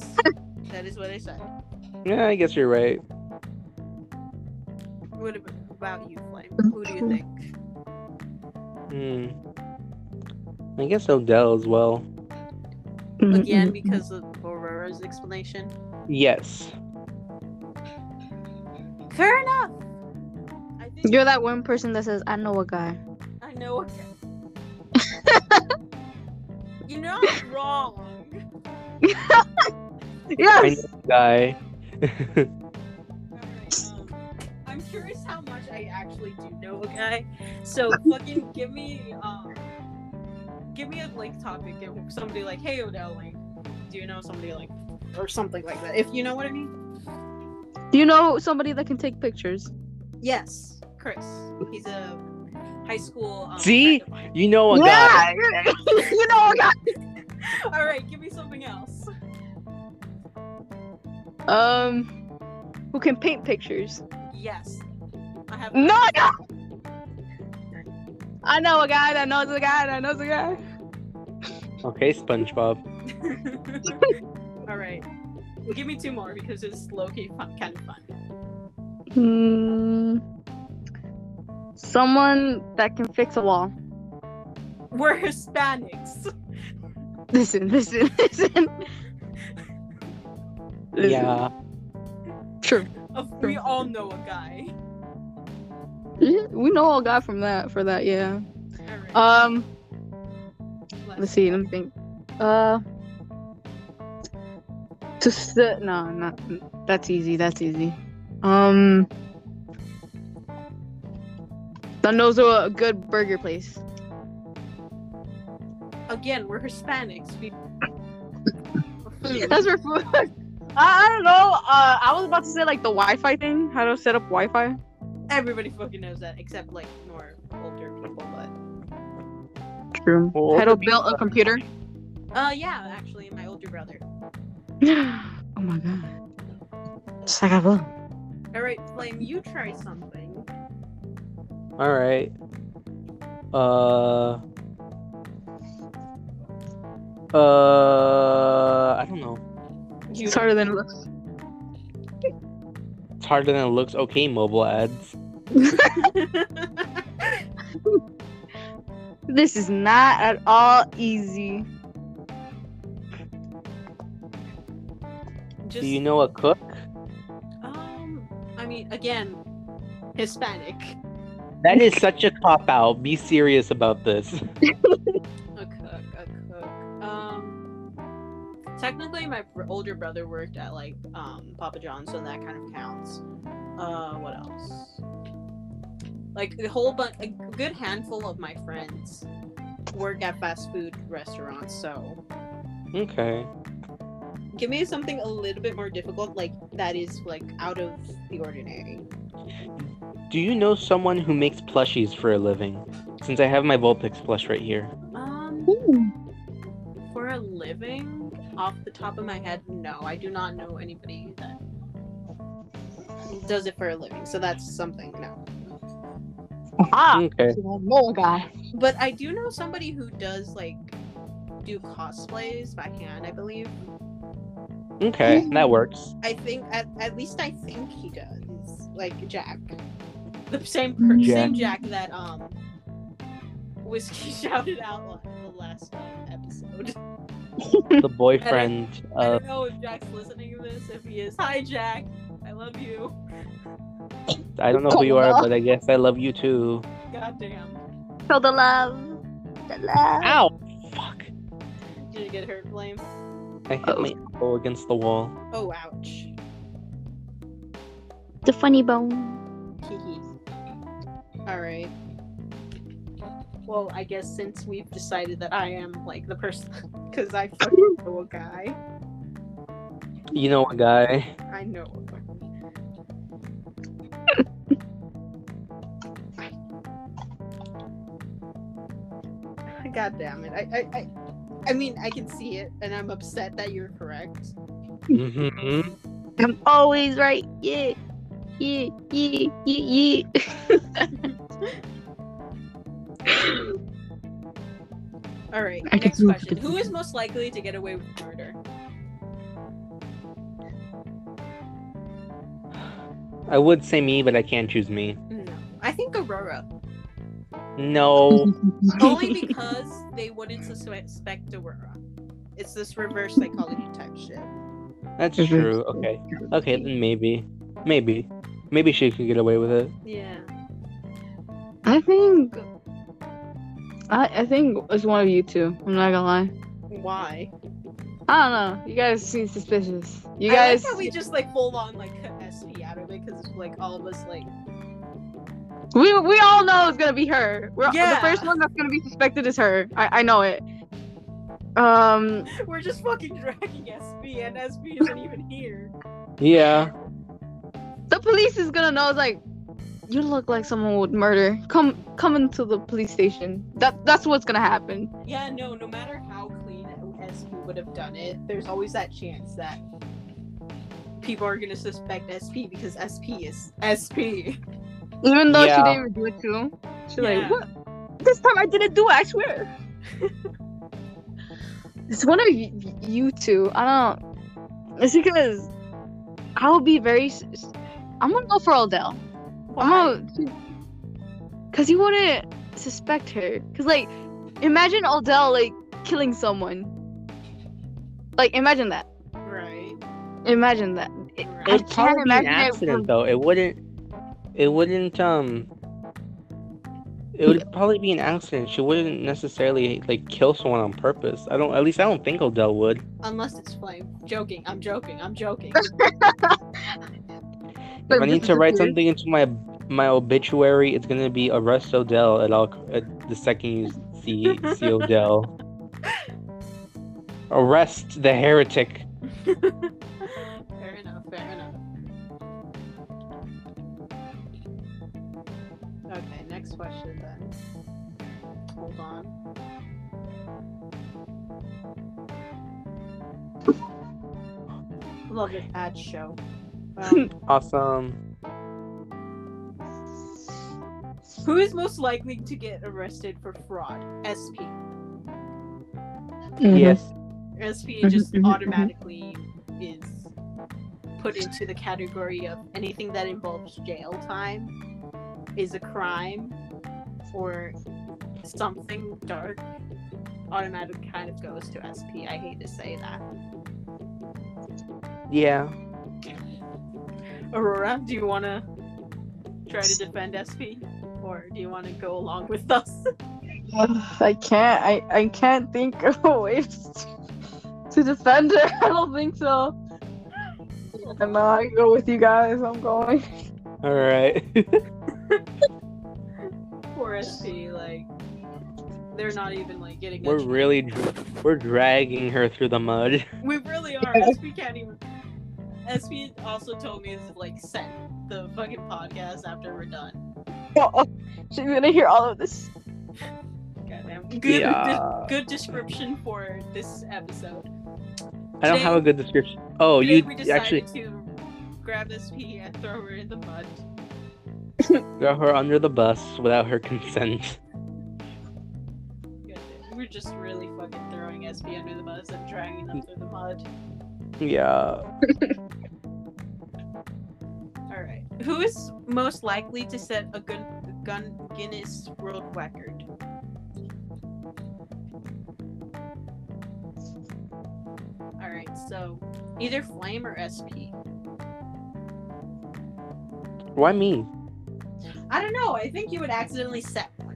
Speaker 2: that is what I said.
Speaker 1: yeah, I guess you're right.
Speaker 2: What ab- about you, Flame? Who do you think?
Speaker 1: Hmm. I guess Odell as well.
Speaker 3: Mm-hmm,
Speaker 2: Again, because of Aurora's explanation.
Speaker 1: Yes.
Speaker 2: Fair enough. I think
Speaker 3: You're that one person that says, I know a guy.
Speaker 2: I know.
Speaker 3: <laughs>
Speaker 2: You're not wrong.
Speaker 1: I know
Speaker 3: Yes!
Speaker 1: the guy. <laughs>
Speaker 2: Alright, um, I'm curious how much I actually do know a guy.
Speaker 3: <laughs>
Speaker 2: So fucking give me um, give me a like topic and somebody like, hey Odell, like, do you know somebody like, or something like that? If you know what I mean.
Speaker 3: Do you know somebody that can take pictures?
Speaker 2: Yes, Chris. He's a high school. Um,
Speaker 1: See?
Speaker 2: friend of mine. <laughs>
Speaker 1: you
Speaker 3: Oh,
Speaker 1: know a guy.
Speaker 3: yeah! <laughs> you know a guy!
Speaker 2: All right, give me something else.
Speaker 3: Um, who can paint pictures?
Speaker 2: Yes. I have.
Speaker 3: No, <laughs> I I know a guy that knows a guy that knows a guy.
Speaker 1: Okay, SpongeBob.
Speaker 2: <laughs> All right. Give me two more because it's low key fun, kind of fun.
Speaker 3: Hmm. Someone that can fix a wall. <laughs>
Speaker 2: We're Hispanics. <laughs>
Speaker 3: Listen, listen, listen. Listen.
Speaker 1: Yeah.
Speaker 3: True.
Speaker 2: Of- We all know a guy.
Speaker 3: We know all got from that for that, yeah.
Speaker 2: All right.
Speaker 3: Um
Speaker 2: let's-
Speaker 3: let's see, let me think. Uh to sit eh, no, not that's easy, that's easy. Um that knows a good burger place. <laughs>
Speaker 2: Again, we're Hispanics. We.
Speaker 3: That's for food. <laughs> I, I don't know. Uh, I was about to say like the Wi-Fi thing, how to set up Wi-Fi.
Speaker 2: Everybody fucking knows that, except like more older people. But
Speaker 3: True.
Speaker 1: Well,
Speaker 3: how to build a computer. <laughs>
Speaker 2: uh, yeah, actually, my older brother.
Speaker 3: oh my god. Sagabo.
Speaker 2: All right, Flame, you try something.
Speaker 1: All right. Uh. Uh, I don't know.
Speaker 3: It's harder than it looks.
Speaker 1: It's harder than it looks. Okay, mobile ads.
Speaker 3: This is not at all easy.
Speaker 2: <laughs> Just,
Speaker 1: Do you know a cook?
Speaker 2: um, I mean, again, Hispanic.
Speaker 1: That is such a cop out. Be serious about this.
Speaker 2: A cook, a cook. Um, technically, my br- older brother worked at like um Papa John's, so that kind of counts. Uh, what else? Like a whole bunch, a good handful of my friends work at fast food restaurants. So
Speaker 1: Okay.
Speaker 2: give me something a little bit more difficult, like that is like out of the ordinary.
Speaker 1: Do you know someone who makes plushies for a living? Since I have my Vulpix plush right here.
Speaker 2: Um, for a living, off the top of my head, no, I do not know anybody that does it for a living. So that's something, no.
Speaker 3: Ah,
Speaker 1: Okay.
Speaker 3: no guy.
Speaker 2: But I do know somebody who does like do cosplays by hand, I believe.
Speaker 1: Okay, that works.
Speaker 2: I think at, at least I think he does. Like Jack. <laughs> The same per-
Speaker 1: Jack.
Speaker 2: same Jack that um Whiskey <laughs> shouted out on the last um, episode.
Speaker 3: <laughs>
Speaker 1: The boyfriend
Speaker 2: I
Speaker 1: of
Speaker 2: don't know if Jack's listening to this. If he is, hi Jack, I love you.
Speaker 1: I don't know who you are, but I guess I love you too.
Speaker 2: Goddamn,
Speaker 6: Show the love. The love.
Speaker 1: Ow! Fuck.
Speaker 2: did you get hurt, Blame?
Speaker 1: I hit my
Speaker 3: Oh.
Speaker 1: elbow against the wall.
Speaker 2: Oh, ouch.
Speaker 6: The funny bone.
Speaker 2: Hee All right. Well, I guess since we've decided that I am like the <laughs> person, because I fucking know a guy.
Speaker 1: You know a guy.
Speaker 2: I know a fucking. <laughs> God damn it! I, I, I, I mean, I can see it, and I'm upset that you're correct.
Speaker 1: hmm
Speaker 6: I'm always right. Yeah. Yeah. Yeah. Yeah. Yeah.
Speaker 1: <laughs>
Speaker 2: All right.
Speaker 3: I can
Speaker 2: next
Speaker 3: see what
Speaker 2: question:
Speaker 3: you
Speaker 2: Who is most likely to get away with murder?
Speaker 1: I would say me, but I can't choose me.
Speaker 2: No, I think Aurora.
Speaker 3: <laughs>
Speaker 1: No.
Speaker 2: only because they wouldn't suspect Aurora. It's this reverse psychology type shit.
Speaker 1: That's
Speaker 3: Mhm.
Speaker 1: true. Okay. Okay, then maybe. Maybe. Maybe she could get away with it.
Speaker 2: Yeah.
Speaker 3: I think. I, I think it's one of you two. I'm not gonna lie.
Speaker 2: Why?
Speaker 3: I don't know. You guys seem suspicious. You
Speaker 2: I like
Speaker 3: guys.
Speaker 2: how we just like full on like cut SP out of it because like all of us like. <laughs>
Speaker 3: we, we all know it's gonna be her. We're,
Speaker 2: Yeah.
Speaker 3: The first one that's gonna be suspected is her. I, I know it. Um.
Speaker 2: We're just fucking dragging SB, and SB isn't even here.
Speaker 1: Yeah.
Speaker 3: The police is gonna know. It's like, you look like someone would murder. Come, come into the police station. That that's what's gonna happen.
Speaker 2: Yeah, no, no matter how clean SB would have done it, there's always that chance that people are gonna suspect SP because SP is SP.
Speaker 3: Even though
Speaker 1: Yeah.
Speaker 3: she didn't do it too. She's
Speaker 2: Yeah.
Speaker 3: like, what? This time I didn't do it. I swear. it's one of y- y- you two. I don't. It's because I will be very. s- s- I'm gonna go for Odell. I'm gonna. Oh. Cause you wouldn't suspect her. Cause like, imagine Odell like killing someone. Like imagine that.
Speaker 2: Right.
Speaker 3: Imagine that. It-
Speaker 2: Right.
Speaker 3: I
Speaker 1: It'd
Speaker 3: can't
Speaker 1: probably be an
Speaker 3: imagine it
Speaker 1: accident,
Speaker 3: would-
Speaker 1: though. It wouldn't. It wouldn't. Um. It would probably be an accident. She wouldn't necessarily like kill someone on purpose. I don't. At least I don't think Odell would.
Speaker 2: Unless it's flame. Joking. I'm joking. I'm joking.
Speaker 3: but
Speaker 1: I
Speaker 3: this
Speaker 1: need
Speaker 3: is
Speaker 1: to write
Speaker 3: weird.
Speaker 1: something into my my obituary. It's gonna be arrest Odell at all. At the second you see see Odell, arrest the heretic.
Speaker 2: Okay, next question then. Hold on. Love an ad show. Um,
Speaker 1: Awesome.
Speaker 2: who is most likely to get arrested for fraud? SP.
Speaker 3: Mm-hmm.
Speaker 1: Yes.
Speaker 2: SP
Speaker 4: Mhm,
Speaker 2: just
Speaker 4: mhm, mhm.
Speaker 2: automatically is put into the category of anything that involves jail time is a crime or something dark. Automatic kind of goes to SP. I hate to say that.
Speaker 1: Yeah.
Speaker 2: Aurora, do you want to try to defend SP, or do you want to go along with us? <laughs>
Speaker 4: Ugh,
Speaker 3: <sighs> I can't. I, I can't think <laughs> of a way to, to defend her. <laughs> I don't think so. And uh, I go with you guys. I'm going. <laughs>
Speaker 1: All right.
Speaker 2: Poor SP, like they're not even like getting. a
Speaker 1: we're
Speaker 2: chance.
Speaker 1: really dr- we're dragging her through the mud.
Speaker 2: We really are.
Speaker 4: Yeah.
Speaker 2: SP can't even. SP also told me to like set the fucking podcast after we're done.
Speaker 3: She's gonna hear all of this.
Speaker 2: Goddamn. Good,
Speaker 1: <laughs>
Speaker 2: de-
Speaker 1: Yeah.
Speaker 2: good description for this episode.
Speaker 1: I don't
Speaker 2: Today-
Speaker 1: have a good description. Oh,
Speaker 2: Today
Speaker 1: you
Speaker 2: we
Speaker 1: you
Speaker 2: decided
Speaker 1: actually
Speaker 2: to grab SP and throw her in the mud.
Speaker 1: throw her under the bus without her consent. <laughs>
Speaker 2: Goddamn. We're just really fucking throwing SP under the bus and
Speaker 1: Mm.
Speaker 2: dragging them through the mud.
Speaker 1: Yeah.
Speaker 2: All right. Who is most likely to set a gun, gun Guinness World Record? All right. So either Flame or SP.
Speaker 1: Why me?
Speaker 2: I don't know. I think you would accidentally set one.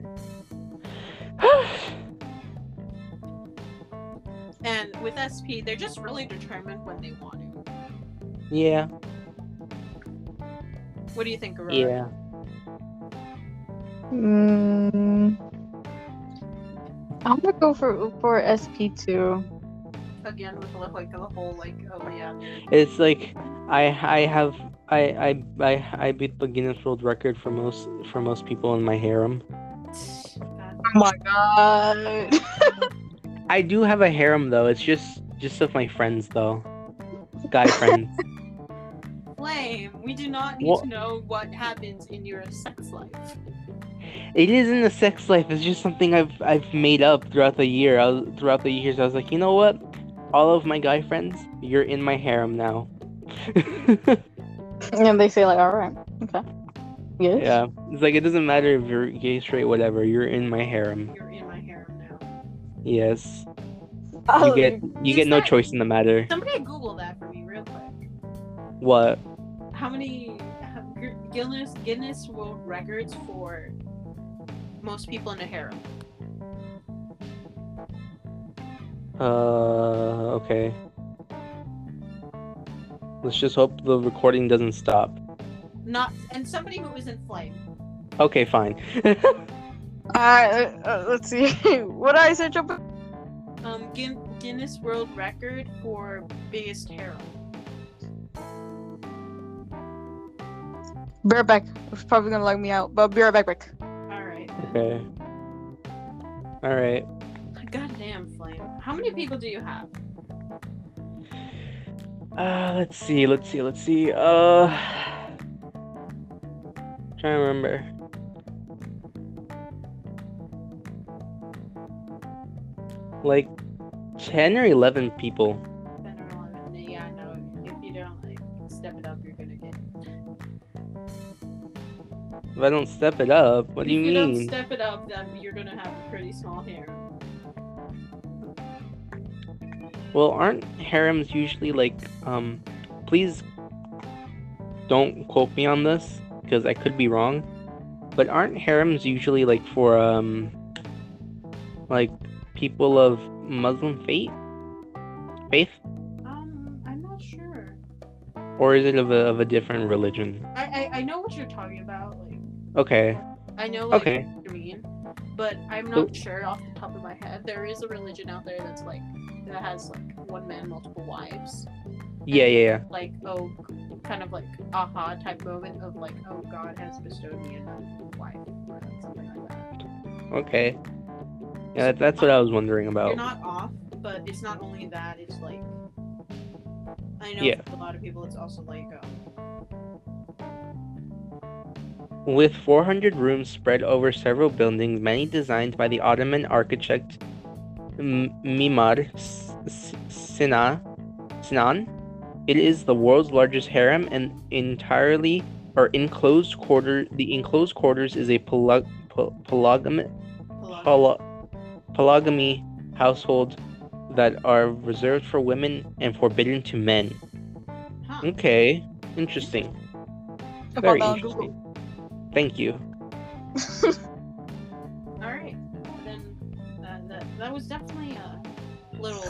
Speaker 2: And with SP, they're just really determined when they want to.
Speaker 1: yeah.
Speaker 2: What do you think, Aurora?
Speaker 1: Yeah.
Speaker 3: Mm, I'm gonna go for for SP two.
Speaker 2: Again, with like the whole like, oh yeah.
Speaker 1: It's like I I have I I I, I beat the Guinness World Record for most for most people in my harem.
Speaker 2: God.
Speaker 3: Oh my god.
Speaker 1: I do have a harem though. It's just just of my friends though, guy friends.
Speaker 2: Flame, we do not need
Speaker 1: What-
Speaker 2: to know what happens in your sex life.
Speaker 1: It isn't a sex life. It's just something I've I've made up throughout the year. I was, throughout the years, I was like, you know what? All of my guy friends, you're in my harem now. <laughs>
Speaker 3: <laughs> and they say like, all right, okay. Yes.
Speaker 1: yeah, it's like it doesn't matter if you're gay, straight, whatever. You're in my harem.
Speaker 2: You're in my harem now.
Speaker 1: Yes,
Speaker 3: Oh,
Speaker 1: you get you get no
Speaker 2: Is that-
Speaker 1: choice in the matter.
Speaker 2: Somebody Google that for me real quick.
Speaker 1: What?
Speaker 2: How many how- Gu- Guinness Guinness World Records for most people in a harem?
Speaker 1: Uh, okay. Let's just hope the recording doesn't stop.
Speaker 2: Not and somebody who is in flame.
Speaker 1: Okay, fine. <laughs>
Speaker 3: Alright, uh, uh, let's see. <laughs> what I search up?
Speaker 2: Um, Guin- Guinness World Record for biggest harem.
Speaker 3: Be right back. It's probably gonna log me out, but I'll be right back. back.
Speaker 2: All right.
Speaker 1: Okay. All right.
Speaker 2: Goddamn flame. How many people do you have?
Speaker 1: Uh, let's see, let's see, let's see. Uh, trying to remember. Like ten or eleven people.
Speaker 2: Ten or eleven. Yeah, no. If you don't like step it up, you're gonna get.
Speaker 1: If I don't step it up, what do you
Speaker 2: if you don't
Speaker 1: mean?
Speaker 2: step it up, then you're gonna have a pretty small harem.
Speaker 1: well, aren't harems usually like um? Please don't quote me on this because I could be wrong. But aren't harems usually like for um, like people of Muslim faith? Faith.
Speaker 2: Um, I'm not sure.
Speaker 1: or is it of a, of a different religion?
Speaker 2: I, I I know what you're talking about. Like
Speaker 1: Okay,
Speaker 2: I know like
Speaker 1: Okay.
Speaker 2: what you mean, but I'm
Speaker 1: Cool.
Speaker 2: not sure off the top of my head. There is a religion out there that's like that has like one man multiple wives.
Speaker 1: yeah, yeah, yeah.
Speaker 2: Like oh, kind of like aha type moment of like, oh God has bestowed me a wife or something like that.
Speaker 1: Okay. Yeah, that, that's what I was wondering
Speaker 2: You're
Speaker 1: about.
Speaker 2: not off, but it's not only that. It's like I know
Speaker 1: Yeah.
Speaker 2: for a lot of people, it's also like um,
Speaker 1: With 400 rooms spread over several buildings, many designed by the Ottoman architect M- Mimar S- S- Sina- Sinan, it is the world's largest harem and entirely or enclosed quarter. The enclosed quarters is a poly- po- polygam-
Speaker 2: a lot of
Speaker 1: poly- polygamy household that are reserved for women and forbidden to men.
Speaker 2: huh.
Speaker 1: Okay, interesting. Very interesting. Thank you.
Speaker 2: All
Speaker 1: Hmm?
Speaker 2: right, then uh, that that was definitely a little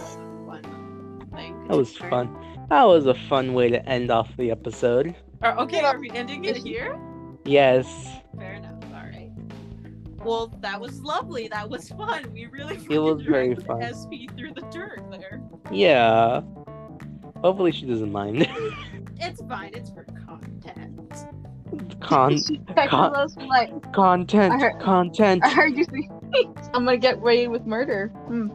Speaker 2: like, fun thing.
Speaker 1: That was fun. That was a fun way to end off the episode.
Speaker 2: Or, okay, are we ending it here?
Speaker 1: Yes,
Speaker 2: Fair enough. All right. Well, that was lovely. That was fun. We really
Speaker 1: It was
Speaker 2: fucking
Speaker 1: very
Speaker 2: dragged
Speaker 1: fun.
Speaker 2: SP through the dirt there.
Speaker 1: yeah. Hopefully she doesn't mind. <laughs>
Speaker 2: It's fine. It's for content.
Speaker 1: <laughs>
Speaker 3: <laughs>
Speaker 1: Con-
Speaker 3: I
Speaker 1: Con-
Speaker 3: was like, I
Speaker 1: content,
Speaker 3: heard-
Speaker 1: content.
Speaker 3: <laughs> I heard you <laughs> say I'm gonna get raided with murder. Hmm.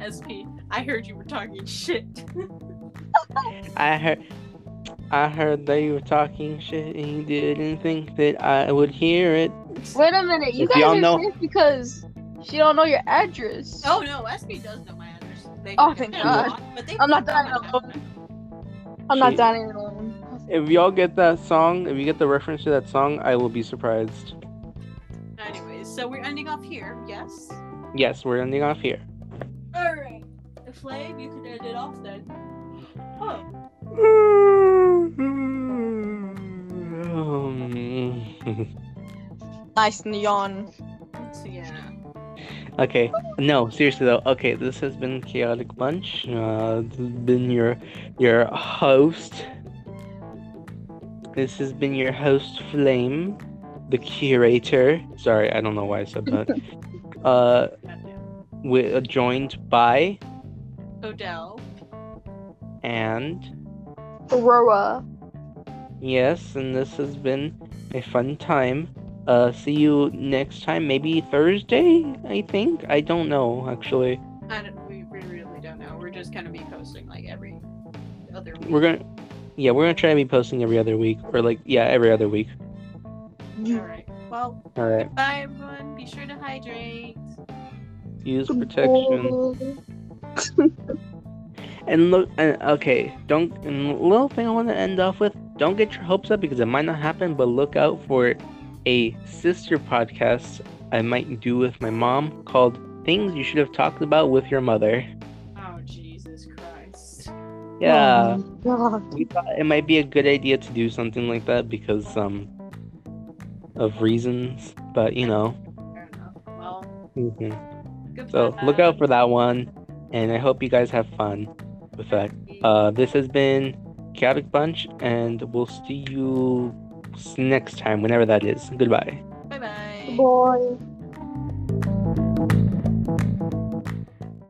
Speaker 2: SP, I heard you were talking shit.
Speaker 1: I heard, I heard that you were talking shit and you didn't think that I would hear it.
Speaker 3: Wait a minute, you
Speaker 1: If
Speaker 3: guys
Speaker 1: y'all
Speaker 3: are
Speaker 1: know-
Speaker 3: safe because she don't know your address.
Speaker 2: Oh no, SP does know my address. They,
Speaker 3: Oh, thank
Speaker 2: they're
Speaker 3: God.
Speaker 2: locked, but they
Speaker 3: I'm not
Speaker 2: found
Speaker 3: dying
Speaker 2: out.
Speaker 3: alone. I'm not
Speaker 1: She-
Speaker 3: dining alone.
Speaker 1: If y'all get that song, if you get the reference to that song, I will be surprised.
Speaker 2: Anyways, so we're ending off here. Yes.
Speaker 1: Yes, we're ending off
Speaker 3: <laughs>
Speaker 1: here. <laughs>
Speaker 2: All right. The flame, you can end it off then. Oh.
Speaker 1: Um, <laughs>
Speaker 3: Nice neon.
Speaker 2: So yeah.
Speaker 1: okay, no, seriously though. Okay, this has been chaotic bunch. Uh, this has been your your host. This has been your host Flame, the curator. Sorry, I don't know why I said that. uh,
Speaker 2: Goddamn.
Speaker 1: with, uh, joined by
Speaker 2: Odell.
Speaker 1: and
Speaker 3: Aurora.
Speaker 1: yes, and this has been a fun time. Uh, see you next time, maybe Thursday. I think I don't know actually.
Speaker 2: I don't, we, we really don't know. We're just gonna be posting like every other week.
Speaker 1: we're gonna yeah we're gonna try to be posting every other week or like yeah every other week
Speaker 2: All right. Well,
Speaker 1: all right
Speaker 2: bye everyone. Be sure to hydrate.
Speaker 1: use protection and look and, okay don't and little thing i want to end off with don't get your hopes up because it might not happen but look out for a sister podcast i might do with my mom called things you should have talked about with your mother
Speaker 2: Oh Jesus Christ.
Speaker 1: yeah
Speaker 3: Oh,
Speaker 1: we thought it might be a good idea to do something like that because um of reasons but you know
Speaker 2: Fair enough. Well,
Speaker 1: mhm.
Speaker 2: good
Speaker 1: So
Speaker 2: for
Speaker 1: look
Speaker 2: that.
Speaker 1: out for that one, and I hope you guys have fun with that. Uh, this has been Chaotic Bunch, and we'll see you s- next time, whenever that is. Goodbye.
Speaker 2: Bye bye.
Speaker 3: boy.